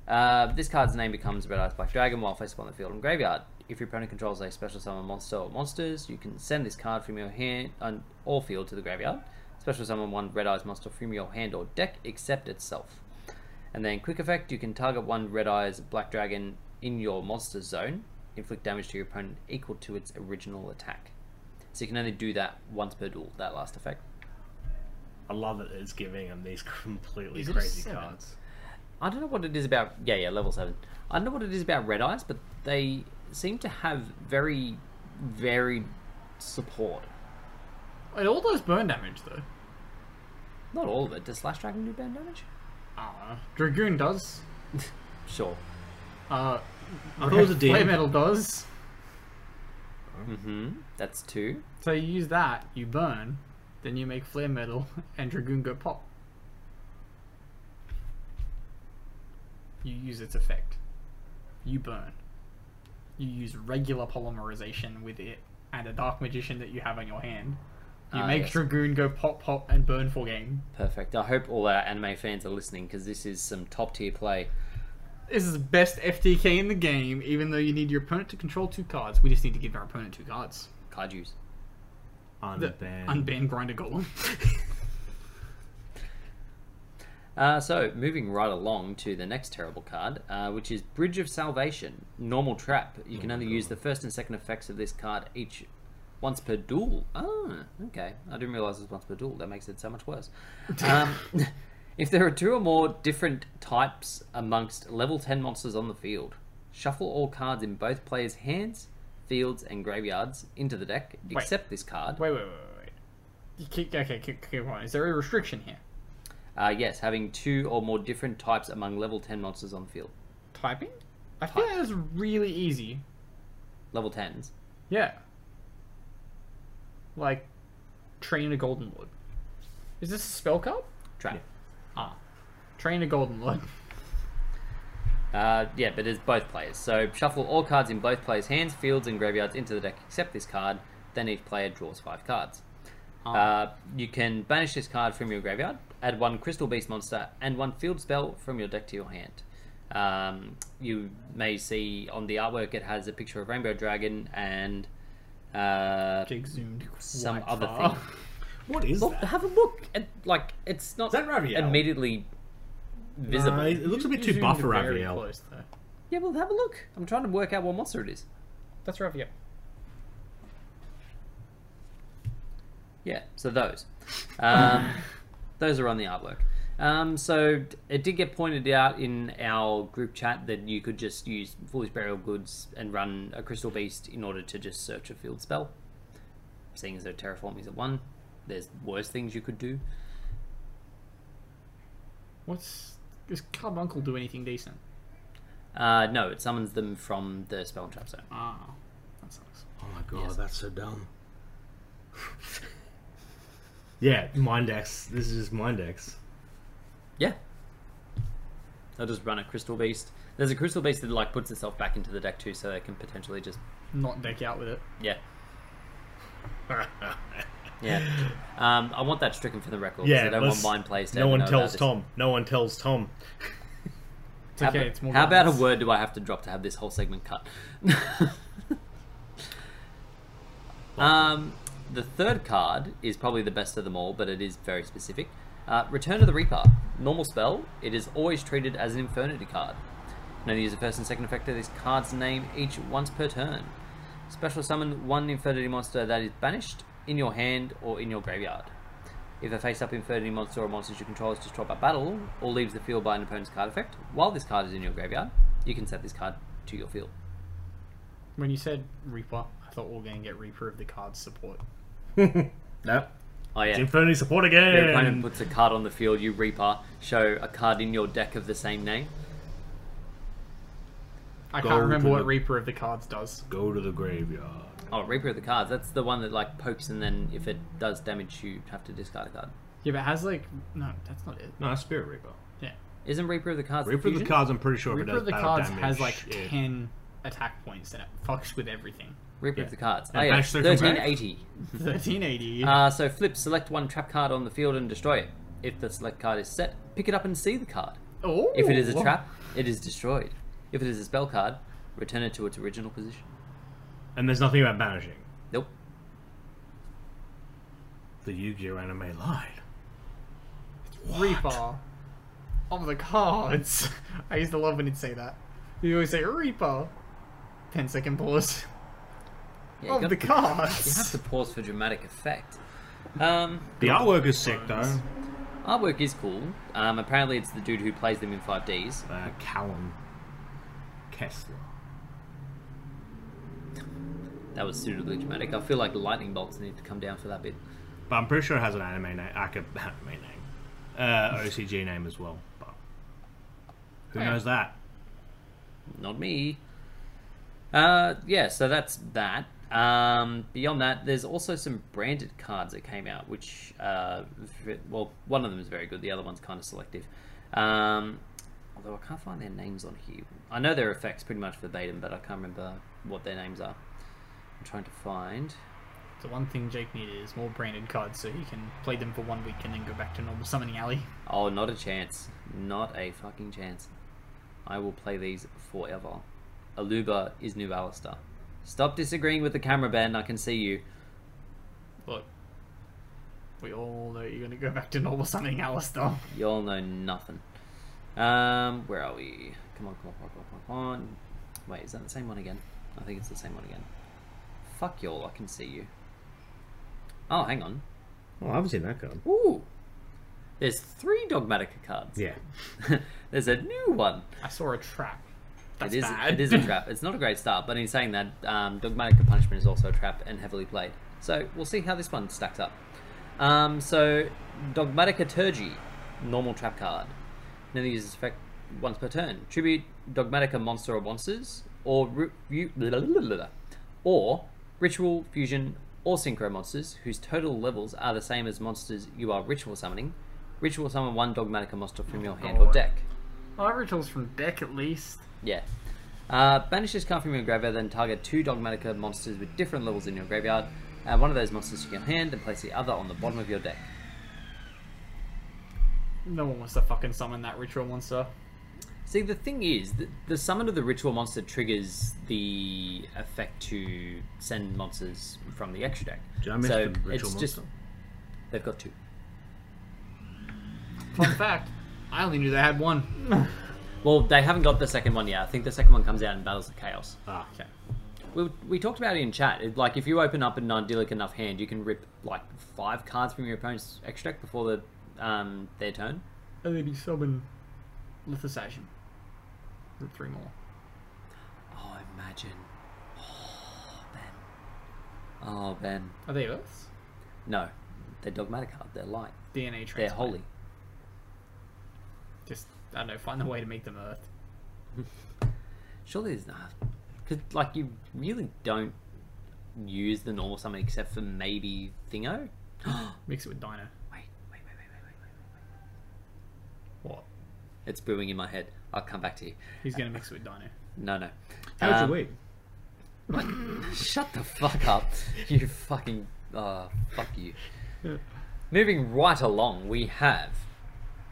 Speaker 1: Uh, this card's name becomes Red Eyes Black Dragon while face upon the field and graveyard. If your opponent controls a special summon monster or monsters, you can send this card from your hand on or field to the graveyard. Special summon one Red Eyes monster from your hand or deck except itself. And then quick effect, you can target one Red Eyes Black Dragon in your monster zone, inflict damage to your opponent equal to its original attack. So you can only do that once per duel, that last effect.
Speaker 3: I love that it's giving them these completely
Speaker 2: Is it a
Speaker 3: crazy
Speaker 2: seven?
Speaker 3: cards.
Speaker 1: I don't know what it is about. Yeah, yeah, level seven. I don't know what it is about Red Eyes, but they seem to have very varied support.
Speaker 2: And all those burn damage though.
Speaker 1: Not all of it. Does Slash Dragon do burn damage?
Speaker 3: Uh-huh.
Speaker 2: Uh, Dragoon does.
Speaker 1: Sure.
Speaker 2: Uh,
Speaker 3: I thought it was a
Speaker 2: Flame
Speaker 3: DM.
Speaker 2: metal does.
Speaker 1: Mm-hmm. That's two.
Speaker 2: So you use that, you burn, then you make flare metal, and Dragoon go pop. You use its effect. You burn. You use regular polymerization with it and a Dark Magician that you have on your hand. You
Speaker 1: Ah,
Speaker 2: make
Speaker 1: yes.
Speaker 2: Dragoon go pop pop and burn for game.
Speaker 1: Perfect. I hope all our anime fans are listening because this is some top tier play.
Speaker 2: This is the best FTK in the game, even though you need your opponent to control two cards. We just need to give our opponent two cards.
Speaker 1: Kaiju's.
Speaker 2: The
Speaker 3: Unbanned.
Speaker 2: unbanned Grinder Golem.
Speaker 1: Uh, so, moving right along to the next terrible card, uh, which is Bridge of Salvation, Normal Trap. You
Speaker 2: Oh
Speaker 1: can only use the first and second effects of this card each once per duel. Ah, okay. I didn't realize it was once per duel. That makes it so much worse. Um, if there are two or more different types amongst level 10 monsters on the field, shuffle all cards in both players' hands, fields, and graveyards into the deck, except this card.
Speaker 2: Wait, wait, wait, wait, wait. You keep, okay, keep, keep on. Is there a restriction here?
Speaker 1: Uh, yes, having two or more different types among level 10 monsters on the field.
Speaker 2: Typing? I feel
Speaker 1: Type.
Speaker 2: that's really easy.
Speaker 1: Level 10s.
Speaker 2: Yeah. Like, train a golden lord. Is this a spell card?
Speaker 1: Trap.
Speaker 2: Ah, train a golden lord.
Speaker 1: Uh, yeah, but it's both players. So shuffle all cards in both players' hands, fields, and graveyards into the deck except this card. Then each player draws five cards.
Speaker 3: Ah.
Speaker 1: Uh, you can banish this card from your graveyard, add one Crystal Beast monster and one field spell from your deck to your hand. Um, you may see on the artwork it has a picture of Rainbow Dragon and uh,
Speaker 2: Jig zoomed. quite
Speaker 1: some other
Speaker 2: far.
Speaker 1: thing.
Speaker 3: What is
Speaker 1: Well,
Speaker 3: that?
Speaker 1: Oh, have a look. At, like it's not
Speaker 3: that Raviel?
Speaker 1: immediately visible.
Speaker 3: No, Uh, it looks a bit
Speaker 2: You
Speaker 3: too
Speaker 2: zoomed
Speaker 3: buff for
Speaker 2: very
Speaker 3: Raviel.
Speaker 2: close, though.
Speaker 1: Yeah, well, have a look. I'm trying to work out what monster it is.
Speaker 2: That's Raviel.
Speaker 1: Yeah, so those. Um, those are on the artwork. Um, so d- it did get pointed out in our group chat that you could just use Foolish Burial Goods and run a Crystal Beast in order to just search a field spell. Seeing as though Terraform is a one, there's worse things you could do.
Speaker 2: What's. Does Carbuncle do anything decent?
Speaker 1: Uh, no, it summons them from the spell and trap zone.
Speaker 2: Ah, that sucks.
Speaker 3: Oh my god,
Speaker 1: Yes.
Speaker 3: that's so dumb. yeah, Mindex. This is just Mindex.
Speaker 1: Yeah. They'll just run a Crystal Beast. There's a Crystal Beast that like puts itself back into the deck too, so they can potentially just
Speaker 2: Not deck out with it.
Speaker 1: Yeah. yeah. Um, I want that stricken from the record. 'cause
Speaker 3: Yeah,
Speaker 1: I don't
Speaker 3: let's-
Speaker 1: want mine plays.
Speaker 3: No one tells Tom. No one tells Tom.
Speaker 2: It's
Speaker 1: How,
Speaker 2: okay,
Speaker 1: about-
Speaker 2: it's more
Speaker 1: how about a
Speaker 2: guidance.
Speaker 1: word do I have to drop to have this whole segment cut? um, the third card is probably the best of them all, but it is very specific. Uh, Return of the Reaper. Normal spell. It is always treated as an Infernity card. You can only use the first and second effect of this card's name each once per turn. Special summon one Infernity monster that is banished in your hand or in your graveyard. If a face-up Infernity monster or monsters you control is destroyed by battle or leaves the field by an opponent's card effect, while this card is in your graveyard, you can set this card to your field.
Speaker 2: When you said Reaper, I thought we were going to get Reaper of the card's support.
Speaker 3: No.
Speaker 1: Oh yeah.
Speaker 3: It's Inferno support
Speaker 1: Your opponent
Speaker 3: again.
Speaker 1: puts a card on the field, you Reaper, show a card in your deck of the same name.
Speaker 2: I
Speaker 3: Go
Speaker 2: can't remember
Speaker 3: to
Speaker 2: what
Speaker 3: the-
Speaker 2: Reaper of the cards does.
Speaker 3: Go to the graveyard.
Speaker 1: Oh, Reaper of the Cards. That's the one that like pokes and then if it does damage you have to discard a card.
Speaker 2: Yeah, but it has like no, that's not it.
Speaker 3: No, that's Spirit Reaper.
Speaker 2: Yeah,
Speaker 1: Isn't Reaper of the Cards?
Speaker 3: Reaper of the
Speaker 1: fusion?
Speaker 3: cards, I'm pretty sure if it
Speaker 2: Reaper
Speaker 3: does
Speaker 2: of the
Speaker 3: battle
Speaker 2: cards
Speaker 3: damage,
Speaker 2: has like
Speaker 3: it-
Speaker 2: ten attack points and it fucks with everything.
Speaker 1: Reaper
Speaker 2: yeah.
Speaker 1: of the Cards.
Speaker 3: And
Speaker 1: oh yeah.
Speaker 3: bash through from back?
Speaker 1: Thirteen eighty.
Speaker 2: Thirteen eighty.
Speaker 1: Uh, so flip, select one trap card on the field and destroy it. If the select card is set, pick it up and see the card.
Speaker 2: oh,
Speaker 1: If it is a trap, it is destroyed. If it is a spell card, return it to its original position.
Speaker 3: And there's nothing about banishing.
Speaker 1: Nope.
Speaker 3: The Yu-Gi-Oh anime lied.
Speaker 2: Reaper of the cards. I used to love when he'd say that. He'd always say Reaper. Ten second pause.
Speaker 1: Yeah, you
Speaker 2: of the
Speaker 1: got- You have
Speaker 2: cards.
Speaker 1: to pause for dramatic effect. Um,
Speaker 3: The artwork is sick though.
Speaker 2: Bones.
Speaker 1: artwork is cool. Um, apparently, it's the dude who plays them in 5Ds.
Speaker 3: Uh, Callum Kessler.
Speaker 1: That was suitably dramatic. I feel like lightning bolts need to come down for that bit.
Speaker 3: But I'm pretty sure it has an anime name, like a anime name, uh, OCG name as well. But who
Speaker 2: Yeah.
Speaker 3: knows that?
Speaker 1: Not me. Uh, yeah, so that's that. Um, beyond that, there's also some branded cards that came out, which, uh, v- well, one of them is very good, the other one's kind of selective. Um, although I can't find their names on here. I know their effects pretty much verbatim, but I can't remember what their names are. I'm trying to find.
Speaker 2: The one thing Jake needed is more branded cards so he can play them for one week and then go back to normal summoning alley.
Speaker 1: Oh, not a chance. Not a fucking chance. I will play these forever. Aluba is new Alistair. Stop disagreeing with the camera, Ben. I can see you.
Speaker 2: Look, we all know you're gonna go back to normal summoning Alistair.
Speaker 1: Y'all know nothing. Um, where are we? Come on, come on, come on, come on, come on. Wait, is that the same one again? I think it's the same one again. Fuck y'all, I can see you. Oh, hang on.
Speaker 3: Oh, I haven't seen that card.
Speaker 1: Ooh! There's three Dogmatica cards.
Speaker 3: Yeah.
Speaker 1: There's a new one.
Speaker 2: I saw a trap. That's
Speaker 1: It is,
Speaker 2: bad.
Speaker 1: it is a trap. It's not a great start, but in saying that, um, Dogmatic Punishment is also a trap and heavily played. So we'll see how this one stacks up. Um, so, Dogmatic Turgy, normal trap card. Now uses this effect once per turn. Tribute Dogmatica monster or monsters, or ru- you- blah, blah, blah, blah, blah. or ritual fusion or synchro monsters whose total levels are the same as monsters you are ritual summoning. Ritual summon one Dogmatica monster from your hand or
Speaker 2: God.
Speaker 1: deck.
Speaker 2: Oh, that ritual's from deck at least.
Speaker 1: Yeah. Uh, banish this card from your graveyard, then target two Dogmatica monsters with different levels in your graveyard. Uh, one of those monsters to your hand, and place the other on the bottom of your deck.
Speaker 2: No one wants to fucking summon that ritual monster.
Speaker 1: See, the thing is, the, the summon of the ritual monster triggers the effect to send monsters from the extra deck.
Speaker 3: Did I miss
Speaker 1: so
Speaker 3: the ritual
Speaker 1: it's just
Speaker 3: monster?
Speaker 1: they've got two.
Speaker 2: Fun fact, I only knew they had one.
Speaker 1: Well, they haven't got the second one yet. I think the second one comes out in Battles of Chaos.
Speaker 3: Ah,
Speaker 2: okay.
Speaker 1: We, we talked about it in chat. It, like, if you open up a non-dealic enough hand, you can rip like five cards from your opponent's extra deck before the um, their turn.
Speaker 2: And they'd be summoned Lithosation. And Three more.
Speaker 1: Oh, imagine. Oh, Ben. Oh, Ben.
Speaker 2: Are they Earths?
Speaker 1: No, they're dogmatic hard. They're light.
Speaker 2: DNA transplant.
Speaker 1: They're holy.
Speaker 2: Just, I don't know, find a way to make them Earth.
Speaker 1: Surely there's not. Because, like, you really don't use the normal summon except for maybe Thingo?
Speaker 2: Mix it with Dino.
Speaker 1: Wait, wait, wait, wait, wait, wait, wait, wait.
Speaker 2: What?
Speaker 1: It's brewing in my head. I'll come back to you.
Speaker 2: He's gonna mix it with Dino.
Speaker 1: No, no.
Speaker 3: how's
Speaker 1: Um,
Speaker 3: your week?
Speaker 1: Shut the fuck up. You fucking. Oh, fuck you. Moving right along, we have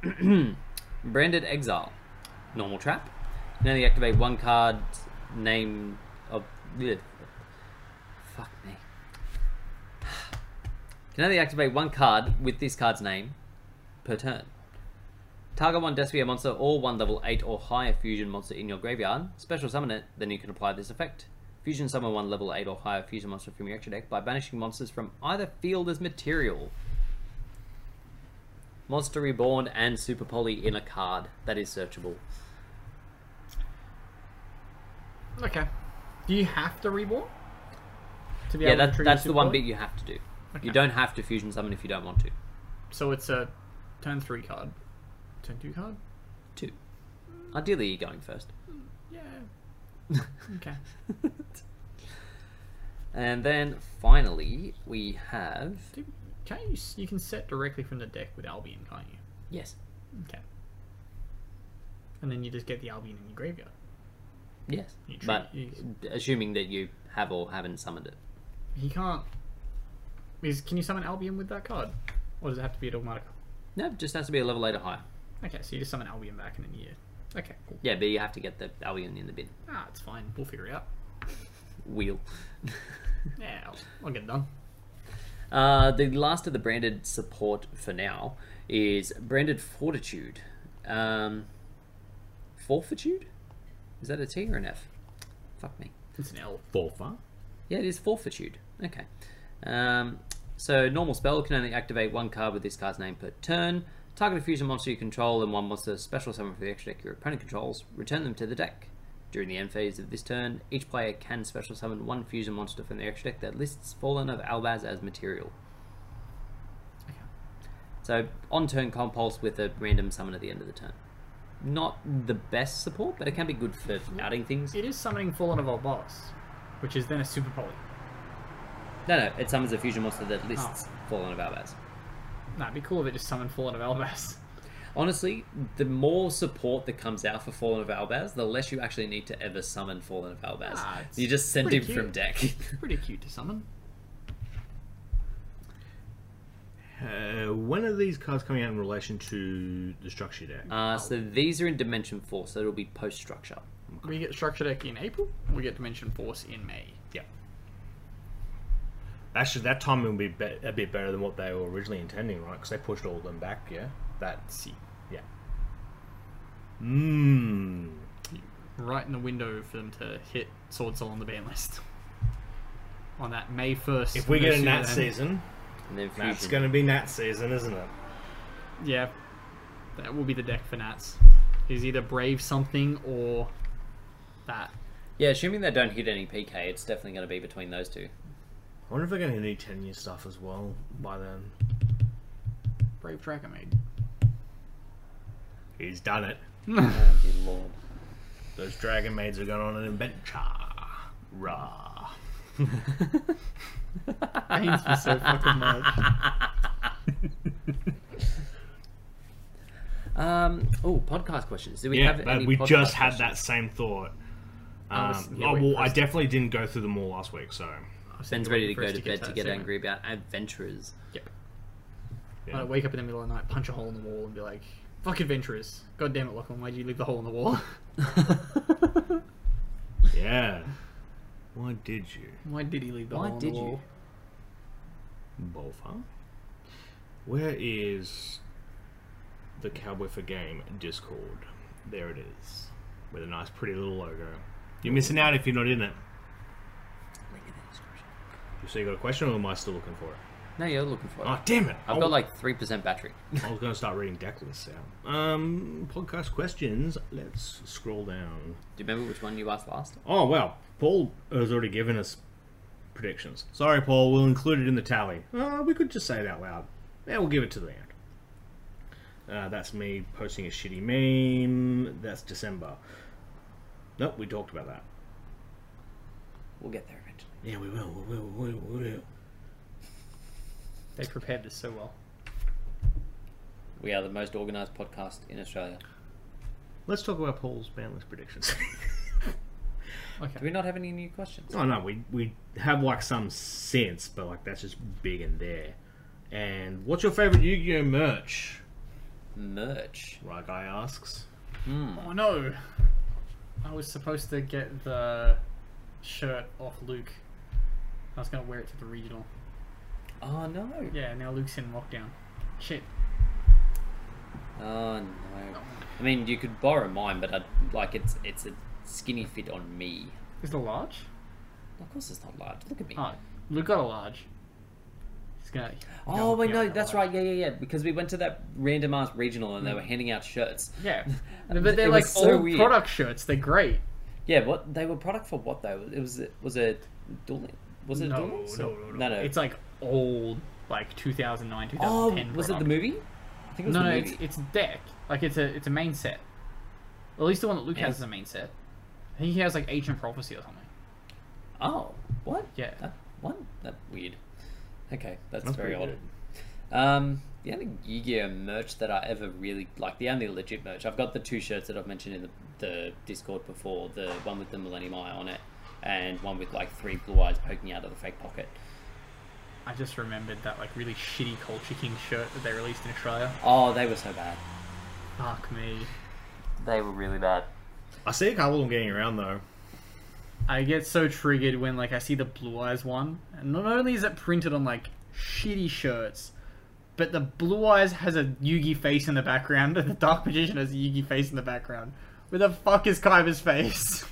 Speaker 1: Branded Exile. Normal trap. Now you activate one card name of. bleh. Fuck me. Can only activate one card with this card's name per turn. Target one Despia monster or one level 8 or higher fusion monster in your graveyard. Special summon it, then you can apply this effect. Fusion summon one level 8 or higher fusion monster from your extra deck by banishing monsters from either field as material. Monster Reborn and Super Poly in a card that is searchable.
Speaker 2: Okay. Do you have to reborn? To be
Speaker 1: Yeah,
Speaker 2: able to
Speaker 1: that,
Speaker 2: trigger
Speaker 1: that's the
Speaker 2: Super
Speaker 1: one
Speaker 2: Poly?
Speaker 1: bit you have to do.
Speaker 2: Okay.
Speaker 1: You don't have to fusion summon if you don't want to.
Speaker 2: So it's a turn three card, turn two card.
Speaker 1: Two. Ideally, you're going first.
Speaker 2: Yeah. okay.
Speaker 1: And then finally, we have.
Speaker 2: Do, can you s- you can set directly from the deck with Albion, can't you?
Speaker 1: Yes.
Speaker 2: Okay. And then you just get the Albion in your graveyard.
Speaker 1: Yes.
Speaker 2: You tri-
Speaker 1: But
Speaker 2: you-
Speaker 1: assuming that you have or haven't summoned it.
Speaker 2: He can't. Is can you summon Albion with that card, or does it have to be at Automatica?
Speaker 1: No, it just has to be a level 8 or higher.
Speaker 2: Okay, so you just summon Albion back and then you. Okay, cool.
Speaker 1: Yeah, but you have to get the albion in the bin.
Speaker 2: Ah, it's fine. We'll figure it out.
Speaker 1: Wheel.
Speaker 2: Yeah, I'll, I'll get it done.
Speaker 1: Uh, the last of the branded support for now is branded fortitude. Um, forfitude? Is that a T or an F? Fuck me.
Speaker 2: It's an L.
Speaker 3: Forfa.
Speaker 1: Yeah, it is forfitude. Okay. Um, so normal spell can only activate one card with this card's name per turn. Target a fusion monster you control and one monster special summon for the extra deck your opponent controls. Return them to the deck. During the end phase of this turn, each player can special summon one fusion monster from their extra deck that lists Fallen of Albaz as material.
Speaker 2: Okay.
Speaker 1: So on turn compulse with a random summon at the end of the turn. Not the best support, but it can be good for
Speaker 2: Mm-hmm.
Speaker 1: outing things.
Speaker 2: It is summoning Fallen of Olbox, which is then a Super Poly.
Speaker 1: No, no, it summons a fusion monster that lists
Speaker 2: Oh.
Speaker 1: Fallen of Albaz.
Speaker 2: Nah, it'd be cool if it just summoned Fallen of Elmas.
Speaker 1: Honestly, the more support that comes out for Fallen of Albaz, the less you actually need to ever summon Fallen of Albaz.
Speaker 2: Ah, it's
Speaker 1: you just send him
Speaker 2: pretty
Speaker 1: from
Speaker 2: cute.
Speaker 1: deck.
Speaker 2: Pretty cute to summon.
Speaker 3: Uh, when are these cards coming out in relation to the structure deck?
Speaker 1: uh, so these are in Dimension 4, so it'll be post structure.
Speaker 2: We get Structure Deck in April, we get Dimension Force in May.
Speaker 3: yeah. Actually, that timing will be, be a bit better than what they were originally intending, right? Because they pushed all of them back. Yeah. That's
Speaker 2: Let's see.
Speaker 3: yeah. Mmm.
Speaker 2: Right in the window for them to hit Sword Soul on the ban list. On that May 1st.
Speaker 3: If we get a
Speaker 2: no
Speaker 3: Nat
Speaker 2: sooner than-
Speaker 3: season,
Speaker 1: And then
Speaker 3: that's
Speaker 1: Fusion.
Speaker 3: going to be Nat season, isn't it?
Speaker 2: Yeah. That will be the deck for Nats. Is either Brave something or that.
Speaker 1: Yeah, assuming they don't hit any PK, it's definitely going to be between those two.
Speaker 3: I wonder if they're going to need 10 year stuff as well by then.
Speaker 2: Brave Dragon Maid.
Speaker 3: He's done it.
Speaker 1: Oh, dear lord.
Speaker 3: Those dragon maids are going on an adventure. Rah.
Speaker 2: Pains me so fucking much.
Speaker 1: Um, oh, podcast questions. Do we
Speaker 3: Yeah,
Speaker 1: have
Speaker 3: but
Speaker 1: any
Speaker 3: we
Speaker 1: podcast
Speaker 3: just had
Speaker 1: questions?
Speaker 3: that same thought.
Speaker 2: I was-
Speaker 3: Um,
Speaker 2: yeah,
Speaker 3: oh,
Speaker 2: wait,
Speaker 3: well, I
Speaker 2: first-
Speaker 3: definitely didn't go through them all last week, so.
Speaker 1: Ben's ready to
Speaker 2: For us
Speaker 1: go to bed to
Speaker 2: that
Speaker 1: get
Speaker 2: segment.
Speaker 1: angry about adventurers.
Speaker 2: Yep.
Speaker 3: Yeah.
Speaker 2: I wake up in the middle of the night, punch a hole in the wall, and be like, "Fuck adventurers! God damn it, Lachlan, why did you leave the hole in the wall?
Speaker 3: Yeah. Why did you?
Speaker 2: why did he leave the
Speaker 1: Why
Speaker 2: hole in
Speaker 1: did
Speaker 2: the
Speaker 1: you?
Speaker 2: wall?"
Speaker 3: Bolfa? Where is the Cowboy for Game Discord? There it is. With a nice, pretty little logo. You're missing out if you're not in it.
Speaker 1: Link in the description.
Speaker 3: So you got a question, or am I still looking for it?
Speaker 1: No, you're looking for it.
Speaker 3: Oh, damn it!
Speaker 1: I've got like 3% battery.
Speaker 3: I was going to start reading deck lists out. Um, podcast questions. Let's scroll down.
Speaker 1: Do you remember which one you asked last?
Speaker 3: Oh wow, Paul has already given us predictions. Sorry, Paul. We'll include it in the tally. Uh, we could just say it out loud. Yeah, we'll give it to the end. Uh, that's me posting a shitty meme. That's December. Nope, we talked about that.
Speaker 1: We'll get there eventually.
Speaker 3: Yeah, we will. We will. We will. We will.
Speaker 2: They prepared this so well.
Speaker 1: We are the most organised podcast in Australia.
Speaker 3: Let's talk about Paul's bandless predictions.
Speaker 1: Do
Speaker 2: Okay.
Speaker 1: we not have any new questions?
Speaker 3: Oh no, we we have like some sense, but like that's just big and there. And what's your favorite Yu-Gi-Oh merch?
Speaker 1: Merch.
Speaker 3: Right guy asks.
Speaker 2: Oh no! I was supposed to get the shirt off Luke. I was gonna wear it to the regional.
Speaker 1: Oh no.
Speaker 2: Yeah, now Luke's in lockdown. Shit.
Speaker 1: Oh no. I mean, you could borrow mine, but I'd, like it's it's a skinny fit on me.
Speaker 2: Is it a large?
Speaker 1: Of course, it's not large. Look at me.
Speaker 2: Oh, Luke got a large. He's gonna.
Speaker 1: Oh wait,
Speaker 2: yeah,
Speaker 1: no,
Speaker 2: got a
Speaker 1: that's
Speaker 2: large.
Speaker 1: right. Yeah, yeah, yeah. Because we went to that randomized regional and they were handing out shirts.
Speaker 2: Yeah, but they're
Speaker 1: It
Speaker 2: like
Speaker 1: was so
Speaker 2: old
Speaker 1: weird.
Speaker 2: product shirts. They're great.
Speaker 1: Yeah, what they were product for? What though? It was it was a dual. Was it
Speaker 2: No,
Speaker 1: a dual? Links
Speaker 2: no,
Speaker 1: or-
Speaker 2: no,
Speaker 1: no, no.
Speaker 2: It's like old, like 2009, 2010.
Speaker 1: oh, was it the
Speaker 2: product.
Speaker 1: movie? I think it was
Speaker 2: No,
Speaker 1: the
Speaker 2: no,
Speaker 1: movie.
Speaker 2: it's, it's deck. Like it's a it's a main set. At least the one that Luke
Speaker 1: Yeah.
Speaker 2: has is a main set. I think he has like Ancient Prophecy or something.
Speaker 1: Oh, what?
Speaker 2: Yeah.
Speaker 1: That, what? That weird. Okay, that's,
Speaker 3: That's
Speaker 1: very odd.
Speaker 3: pretty
Speaker 1: Um, the only Yu-Gi-Oh merch that I ever really like, the only legit merch. I've got the two shirts that I've mentioned in the, the Discord before. The one with the Millennium Eye on it, and one with like three blue eyes poking out of the fake pocket.
Speaker 2: I just remembered that like really shitty Culture King shirt that they released in Australia.
Speaker 1: Oh, they were so bad.
Speaker 2: Fuck me.
Speaker 1: They were really bad.
Speaker 3: I see a couple of them getting around though.
Speaker 2: I get so triggered when like I see the Blue Eyes one, and not only is it printed on like shitty shirts, but the Blue Eyes has a Yugi face in the background, and the Dark Magician has a Yugi face in the background. Where the fuck is Kaiba's face?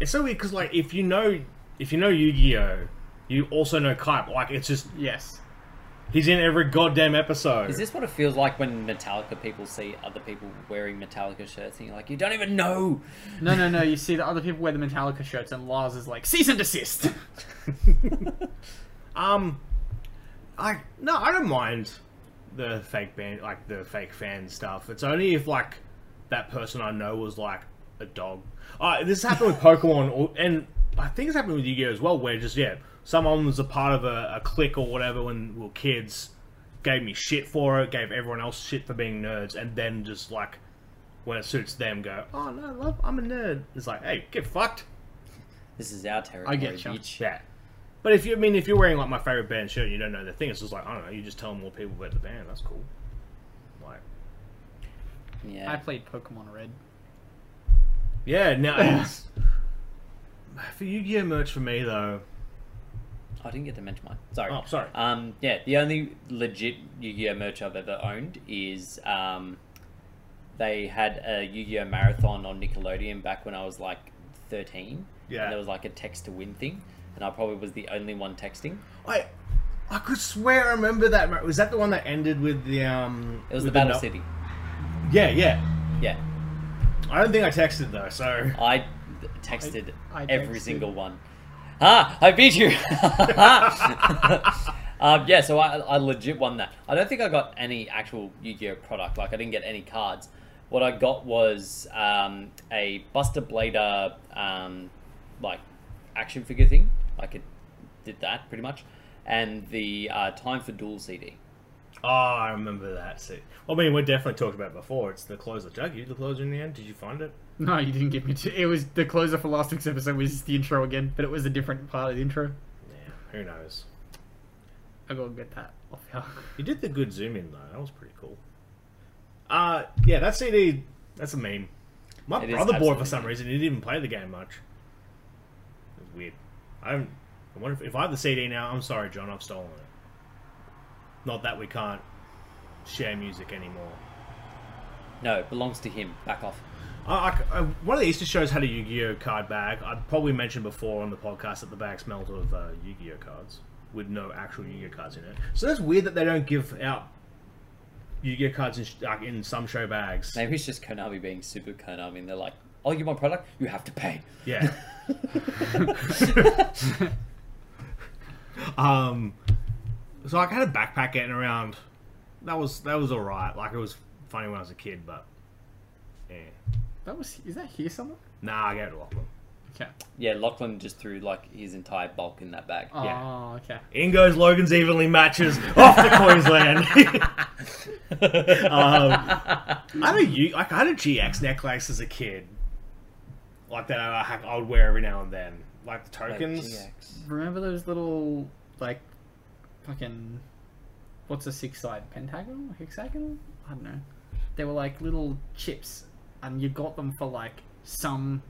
Speaker 3: It's so weird because like if you know if you know Yu-Gi-Oh, you also know Kype. Like it's just
Speaker 2: yes.
Speaker 3: he's in every goddamn episode.
Speaker 1: Is this what it feels like when Metallica people see other people wearing Metallica shirts and you're like, you don't even know?
Speaker 2: No, no, no. You see the other people wear the Metallica shirts, and Lars is like, cease and desist.
Speaker 3: Um, I no, I don't mind the fake band, like the fake fan stuff. It's only if like that person I know was like a dog. Uh, this happened with Pokemon, or, and I think it's happened with Yu-Gi-Oh as well, where just yeah, someone was a part of a, a clique or whatever when we were kids, gave me shit for it, gave everyone else shit for being nerds, and then just like when it suits them, go, oh no, love, I'm a nerd. It's like, hey, get fucked.
Speaker 1: This is our territory.
Speaker 2: get you.
Speaker 1: bitch.
Speaker 3: Yeah. But if you, I mean, if you're wearing like my favorite band shirt and you don't know the thing, it's just like I don't know. You just tell more people about the band. That's cool. Like,
Speaker 1: Yeah.
Speaker 2: I played Pokemon Red.
Speaker 3: yeah. Now it's, for Yu-Gi-Oh merch for me though,
Speaker 1: I didn't get to mention mine. Sorry.
Speaker 3: Oh, sorry.
Speaker 1: Um, yeah, the only legit Yu-Gi-Oh merch I've ever owned is um, they had a Yu-Gi-Oh marathon on Nickelodeon back when I was like thirteen.
Speaker 3: Yeah.
Speaker 1: And there was like a text to win thing, and I probably was the only one texting.
Speaker 3: I I could swear I remember that. mar- Was that the one that ended with the um?
Speaker 1: It was
Speaker 3: with
Speaker 1: the Battle
Speaker 3: no-
Speaker 1: City.
Speaker 3: Yeah, yeah.
Speaker 1: Yeah.
Speaker 3: I don't think I texted though. So
Speaker 1: I texted
Speaker 2: I- I
Speaker 1: every
Speaker 2: texted.
Speaker 1: single one. Ah, I beat you. um, yeah, so I, I legit won that. I don't think I got any actual Yu-Gi-Oh product. Like I didn't get any cards. What I got was um, a Buster Blader um, like action figure thing. Like it did that pretty much, and the uh, Time for Duel CD.
Speaker 3: oh, I remember that. See, well, I mean, we definitely talked about it before. It's the closer. Did I give you the closer in the end? Did you find it?
Speaker 2: No, you didn't give me two. It was the closer for last week's episode was the intro again, but it was a different part of the intro.
Speaker 3: Yeah. Who knows?
Speaker 2: I gotta get that off here.
Speaker 3: You did the good zoom in though. That was pretty cool. Uh yeah, that CD. That's a meme. My
Speaker 1: It is
Speaker 3: brother bought it
Speaker 1: absolutely
Speaker 3: for some
Speaker 1: a meme.
Speaker 3: reason. He didn't even play the game much. It was weird. I don't. I wonder if, if I have the CD now. I'm sorry, John. I've stolen it. Not that we can't share music anymore.
Speaker 1: No, it belongs to him. Back off.
Speaker 3: I, I- I- one of the Easter shows had a Yu-Gi-Oh card bag. I probably mentioned before on the podcast that the bag smelled of uh, Yu-Gi-Oh cards with no actual Yu-Gi-Oh cards in it. So that's weird that they don't give out Yu-Gi-Oh cards in, sh- like, in some show bags.
Speaker 1: Maybe it's just Konami being super Konami. And they're like, "Oh, you want product? You have to pay."
Speaker 3: Yeah. um, so like, I had a backpack getting around. That was that was all right. Like it was funny when I was a kid, but yeah.
Speaker 2: That was is that here somewhere?
Speaker 3: Nah, I gave it to Lachlan.
Speaker 2: Okay.
Speaker 1: Yeah, Lachlan just threw like his entire bulk in that bag.
Speaker 2: Oh,
Speaker 3: Yeah.
Speaker 2: okay.
Speaker 3: In goes Logan's evenly matches off to Queensland. um, I had a U- like I had a GX necklace as a kid, like that I, ha- I would wear every now and then, like the
Speaker 1: Like,
Speaker 3: tokens.
Speaker 1: GX.
Speaker 2: Remember those little like fucking what's a six sided pentagonal? Hexagonal? I don't know. They were like little chips and you got them for like some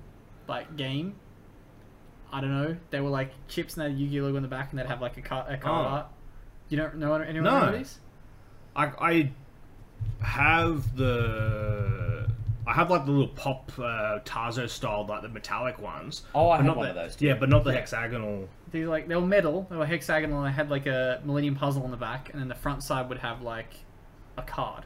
Speaker 2: like game. I don't know. They were like chips and they had Yu-Gi-Oh logo on the back and they'd have like a card, a card
Speaker 3: Oh.
Speaker 2: art. You don't know anyone
Speaker 3: No.
Speaker 2: remember these?
Speaker 3: I, I have the I have like the little pop uh, Tarzo style, like the metallic ones.
Speaker 4: Oh, I
Speaker 3: but
Speaker 4: had
Speaker 3: not
Speaker 4: one
Speaker 3: the-
Speaker 4: of those, too.
Speaker 3: Yeah, but not the hexagonal.
Speaker 2: They like they were metal, they were hexagonal, and they had like a Millennium puzzle on the back, and then the front side would have like a card,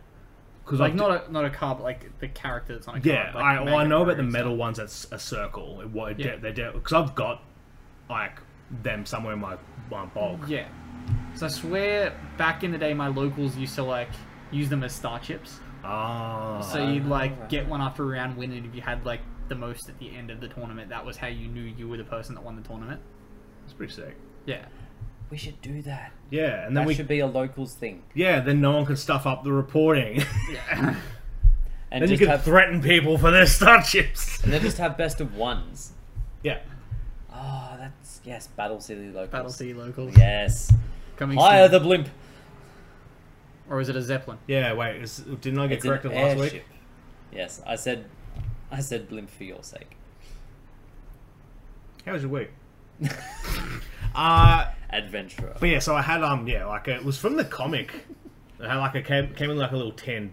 Speaker 3: Because
Speaker 2: like not a not a card, but like the character that's on a
Speaker 3: Yeah,
Speaker 2: card. like
Speaker 3: I, well, I
Speaker 2: Magneto
Speaker 3: know about the
Speaker 2: and
Speaker 3: metal
Speaker 2: stuff.
Speaker 3: ones. That's a circle. It, what it
Speaker 2: Yeah.
Speaker 3: de- they because I've got like them somewhere in my my bulk.
Speaker 4: Mm.
Speaker 2: Yeah, so I swear back in the day, my locals used to like use them as star chips.
Speaker 3: Ah,
Speaker 2: So you'd like get one after a round win, and if you had like the most at the end of the tournament, that was how you knew you were the person that won the tournament.
Speaker 3: it's pretty sick.
Speaker 2: Yeah.
Speaker 4: We should do that.
Speaker 3: Yeah, and then
Speaker 4: That
Speaker 3: we
Speaker 4: should be a locals thing.
Speaker 3: yeah, then no one can stuff up the reporting.
Speaker 2: Yeah.
Speaker 4: And
Speaker 3: then you
Speaker 4: just
Speaker 3: can
Speaker 4: have
Speaker 3: threaten people for their star chips.
Speaker 4: and then just have best of ones.
Speaker 3: yeah,
Speaker 4: Oh, that's yes, Battle City locals.
Speaker 2: Battle City locals.
Speaker 4: Yes.
Speaker 2: Coming
Speaker 4: Hire
Speaker 2: soon.
Speaker 4: the blimp.
Speaker 2: Or is it a Zeppelin?
Speaker 3: yeah. Wait, is, didn't I get
Speaker 4: It's an
Speaker 3: corrected last week?
Speaker 4: airship. Yes, I said I said blimp for your sake.
Speaker 3: How was your week? uh
Speaker 4: Adventurer.
Speaker 3: But yeah, so I had um yeah like it was from the comic. I had like a came, came in like a little tin,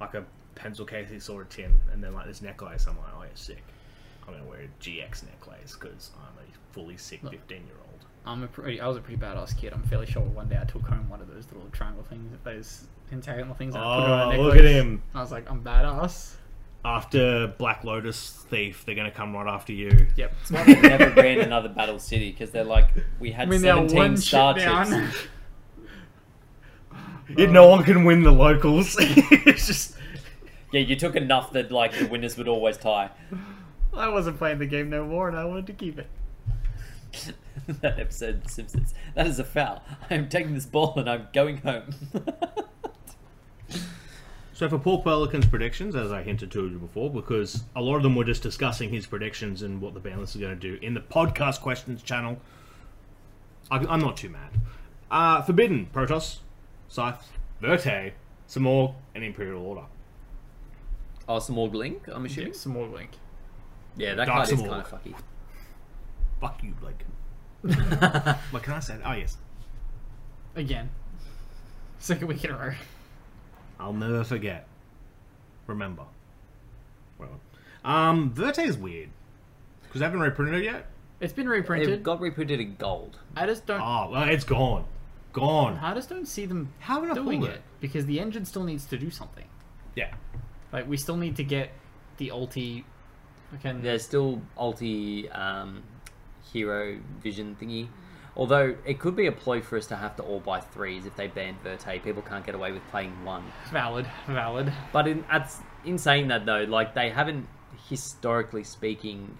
Speaker 3: like a pencil casey sort of tin, and then like this necklace. I'm like, oh yeah, sick. I'm gonna wear a GX necklace because I'm a fully sick 15 year old.
Speaker 2: I'm a pretty, I was a pretty badass kid. I'm fairly sure one day I took home one of those little triangle things, those pentagonal things. And I put it on a
Speaker 3: Oh, look at
Speaker 2: necklace.
Speaker 3: him.
Speaker 2: I was like, I'm badass.
Speaker 3: After Black Lotus Thief, they're gonna come right after you.
Speaker 2: Yep.
Speaker 4: Why they never ran another Battle City because they're like we had
Speaker 2: I mean, now one
Speaker 4: seventeen
Speaker 2: chip
Speaker 4: star chips.
Speaker 2: down.
Speaker 3: Yeah, no one can win the locals. it's just
Speaker 4: Yeah, you took enough that like the winners would always tie.
Speaker 2: I wasn't playing the game no more, and I wanted to keep it.
Speaker 4: that episode of Simpsons. That is a foul. I am taking this ball and I'm going home.
Speaker 3: So for Paul Pelican's predictions, as I hinted to you before, because a lot of them were just discussing his predictions and what the bandlist is going to do in the podcast questions channel, I, I'm not too mad. Uh, Forbidden, Protoss, Scythe, Verte, Samorg, and Imperial Order.
Speaker 1: Oh, some more Glink, I'm assuming?
Speaker 2: Some more link.
Speaker 1: Yeah, that
Speaker 3: Dark
Speaker 1: card is
Speaker 3: Samorg.
Speaker 1: kind of fucky.
Speaker 3: Fuck you, Blake. what can I say? Oh yes,
Speaker 2: Again. Second week in a row.
Speaker 3: I'll never forget. Remember. Well, um, Verte is weird because they haven't reprinted it yet.
Speaker 2: It's been
Speaker 1: It
Speaker 2: reprinted.
Speaker 1: got reprinted in gold.
Speaker 2: I just don't.
Speaker 3: Oh, well, it's gone, gone.
Speaker 2: I just don't see them
Speaker 3: How would I
Speaker 2: doing
Speaker 3: pull
Speaker 2: it?
Speaker 3: it?
Speaker 2: because the engine still needs to do something.
Speaker 3: Yeah.
Speaker 2: Like we still need to get the ulti. Okay.
Speaker 1: There's still ulti um, hero vision thingy. Although it could be a ploy for us to have to all buy threes if they ban Verte. People can't get away with playing one.
Speaker 2: Valid. Valid.
Speaker 1: But in at, in saying that though, like they haven't historically speaking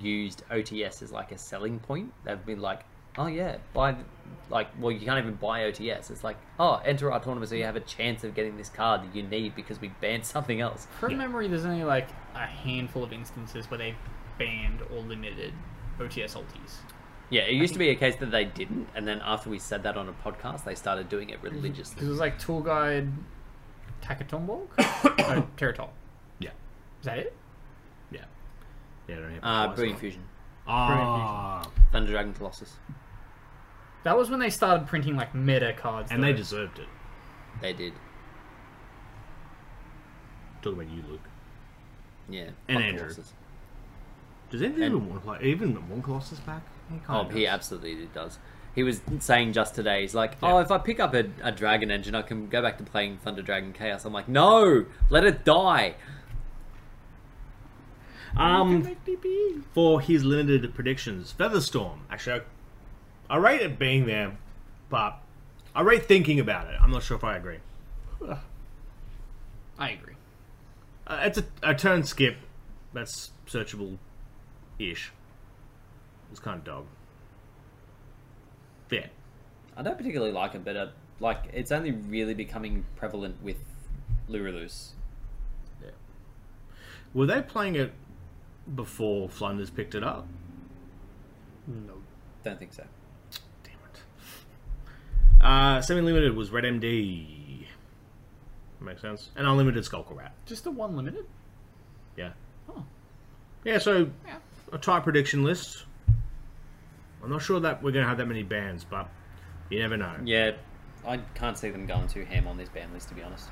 Speaker 1: used OTS as like a selling point. They've been like, oh yeah, buy th- like well you can't even buy OTS. It's like oh enter our tournament so you have a chance of getting this card that you need because we banned something else.
Speaker 2: From memory, there's only like a handful of instances where they banned or limited OTS ultis.
Speaker 1: Yeah, it used to be a case that they didn't, and then after we said that on a podcast, they started doing it
Speaker 2: Because it
Speaker 1: religiously.
Speaker 2: was like Tool Guide Takatombolk? no, Teratol.
Speaker 3: Yeah.
Speaker 2: Is that it?
Speaker 3: Yeah. Yeah, I don't have
Speaker 1: Uh,
Speaker 3: twice
Speaker 1: Brilliant
Speaker 3: on.
Speaker 1: Fusion,
Speaker 3: Ah,
Speaker 1: Thunder Dragon Colossus.
Speaker 2: That was when they started printing like meta cards.
Speaker 3: and they
Speaker 2: though.
Speaker 3: deserved it.
Speaker 1: They did.
Speaker 3: Talk about you, Luke.
Speaker 1: Yeah.
Speaker 3: And
Speaker 1: fuck
Speaker 3: Andrew.
Speaker 1: Colossus.
Speaker 3: Does anyone
Speaker 1: And-
Speaker 3: even want to play? Even one Colossus back? He
Speaker 1: Oh,
Speaker 3: kinda
Speaker 1: he
Speaker 3: does.
Speaker 1: absolutely does. He was saying just today, he's like, "Oh, if I pick up a, a dragon engine, I can go back to playing Thunder Dragon Chaos." I'm like, "No, let it die."
Speaker 3: Um, for his limited predictions, Featherstorm. Actually, I, I rate it being there, but I rate thinking about it. I'm not sure if I agree.
Speaker 2: I agree.
Speaker 3: Uh, it's a, a turn skip. That's searchable, ish. It's kind of dog. Yeah.
Speaker 1: I don't particularly like it, but uh, like it's only really becoming prevalent with Luralus.
Speaker 3: Were they playing it before Flunders picked it up?
Speaker 2: No.
Speaker 1: Don't think so.
Speaker 3: Damn it. Uh, Semi Limited was Red MD. Makes sense. And Unlimited Skulker Rat.
Speaker 2: Just the one limited?
Speaker 3: Yeah.
Speaker 2: Oh.
Speaker 3: Yeah, so
Speaker 2: Yeah.
Speaker 3: a tight prediction list. I'm not sure that we're going to have that many bands, but you never know.
Speaker 1: Yeah, I can't see them going too ham on these ban lists, to be honest.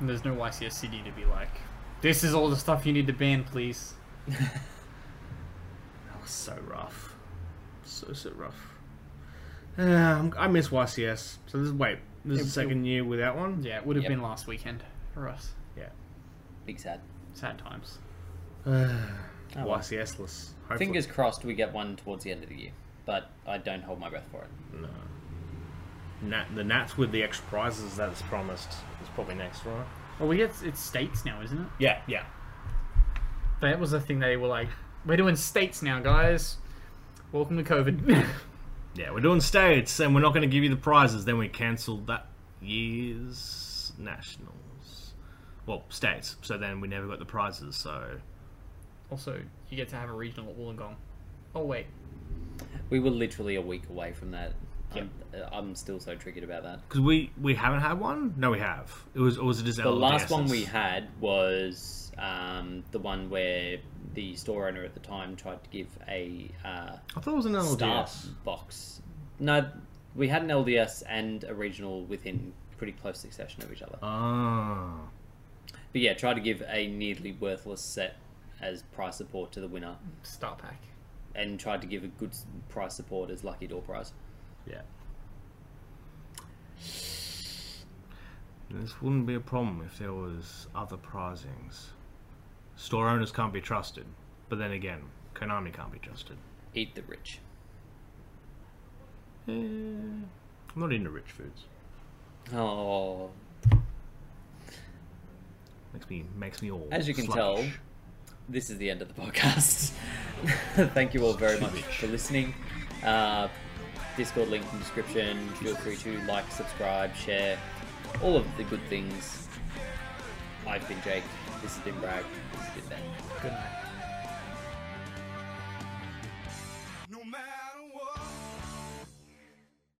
Speaker 2: And there's no YCSCD to be like, this is all the stuff you need to ban, please.
Speaker 3: That was Oh, so rough. So, so rough. Uh, I'm- I miss YCS. So this is, wait, this is the second year with that one?
Speaker 2: Yeah, it would have
Speaker 1: Yep.
Speaker 2: been last weekend for us.
Speaker 3: Yeah.
Speaker 1: Big sad.
Speaker 2: Sad times.
Speaker 1: Oh, well.
Speaker 3: YCS-less. Hopefully.
Speaker 1: Fingers crossed we get one towards the end of the year, but I don't hold my breath for it.
Speaker 3: No. Nat, the Nats with the extra prizes that's promised is probably next, right?
Speaker 2: Well, we get it's states now, isn't it?
Speaker 3: Yeah, yeah.
Speaker 2: That was the thing they were like, we're doing states now, guys. Welcome to COVID.
Speaker 3: Yeah, we're doing states and we're not going to give you the prizes. Then we cancelled that year's nationals. Well, states. So then we never got the prizes, so.
Speaker 2: also, you get to have a regional at Wollongong. Oh wait,
Speaker 1: We were literally a week away from that.
Speaker 3: Yep.
Speaker 1: I'm, uh, I'm still so triggered about that.
Speaker 3: Because we, we haven't had one? No, we have. It was, or was it just
Speaker 1: The last one we had was um, the one where the store owner at the time tried to give a uh,
Speaker 3: I thought it was an LDS.
Speaker 1: staff box. No, we had an LDS and a regional within pretty close succession of each other.
Speaker 3: Ah.
Speaker 1: But yeah, try to give a nearly worthless set as prize support to the winner,
Speaker 2: Star Pack.
Speaker 1: and tried to give a good s- prize support as lucky door prize.
Speaker 3: Yeah. This wouldn't be a problem if there was other prizings. Store owners can't be trusted, but then again, Konami can't be trusted.
Speaker 1: Eat the rich.
Speaker 3: Eh, I'm not into rich foods.
Speaker 1: Oh,
Speaker 3: Makes me makes me all.
Speaker 1: As you can
Speaker 3: sluggish.
Speaker 1: tell, this is the end of the podcast. Thank you all very much for listening. Uh, Discord link in description. Feel free to like, subscribe, share, all of the good things. I've been Jake. This has been Bragg. This has been Ben.
Speaker 2: Good night.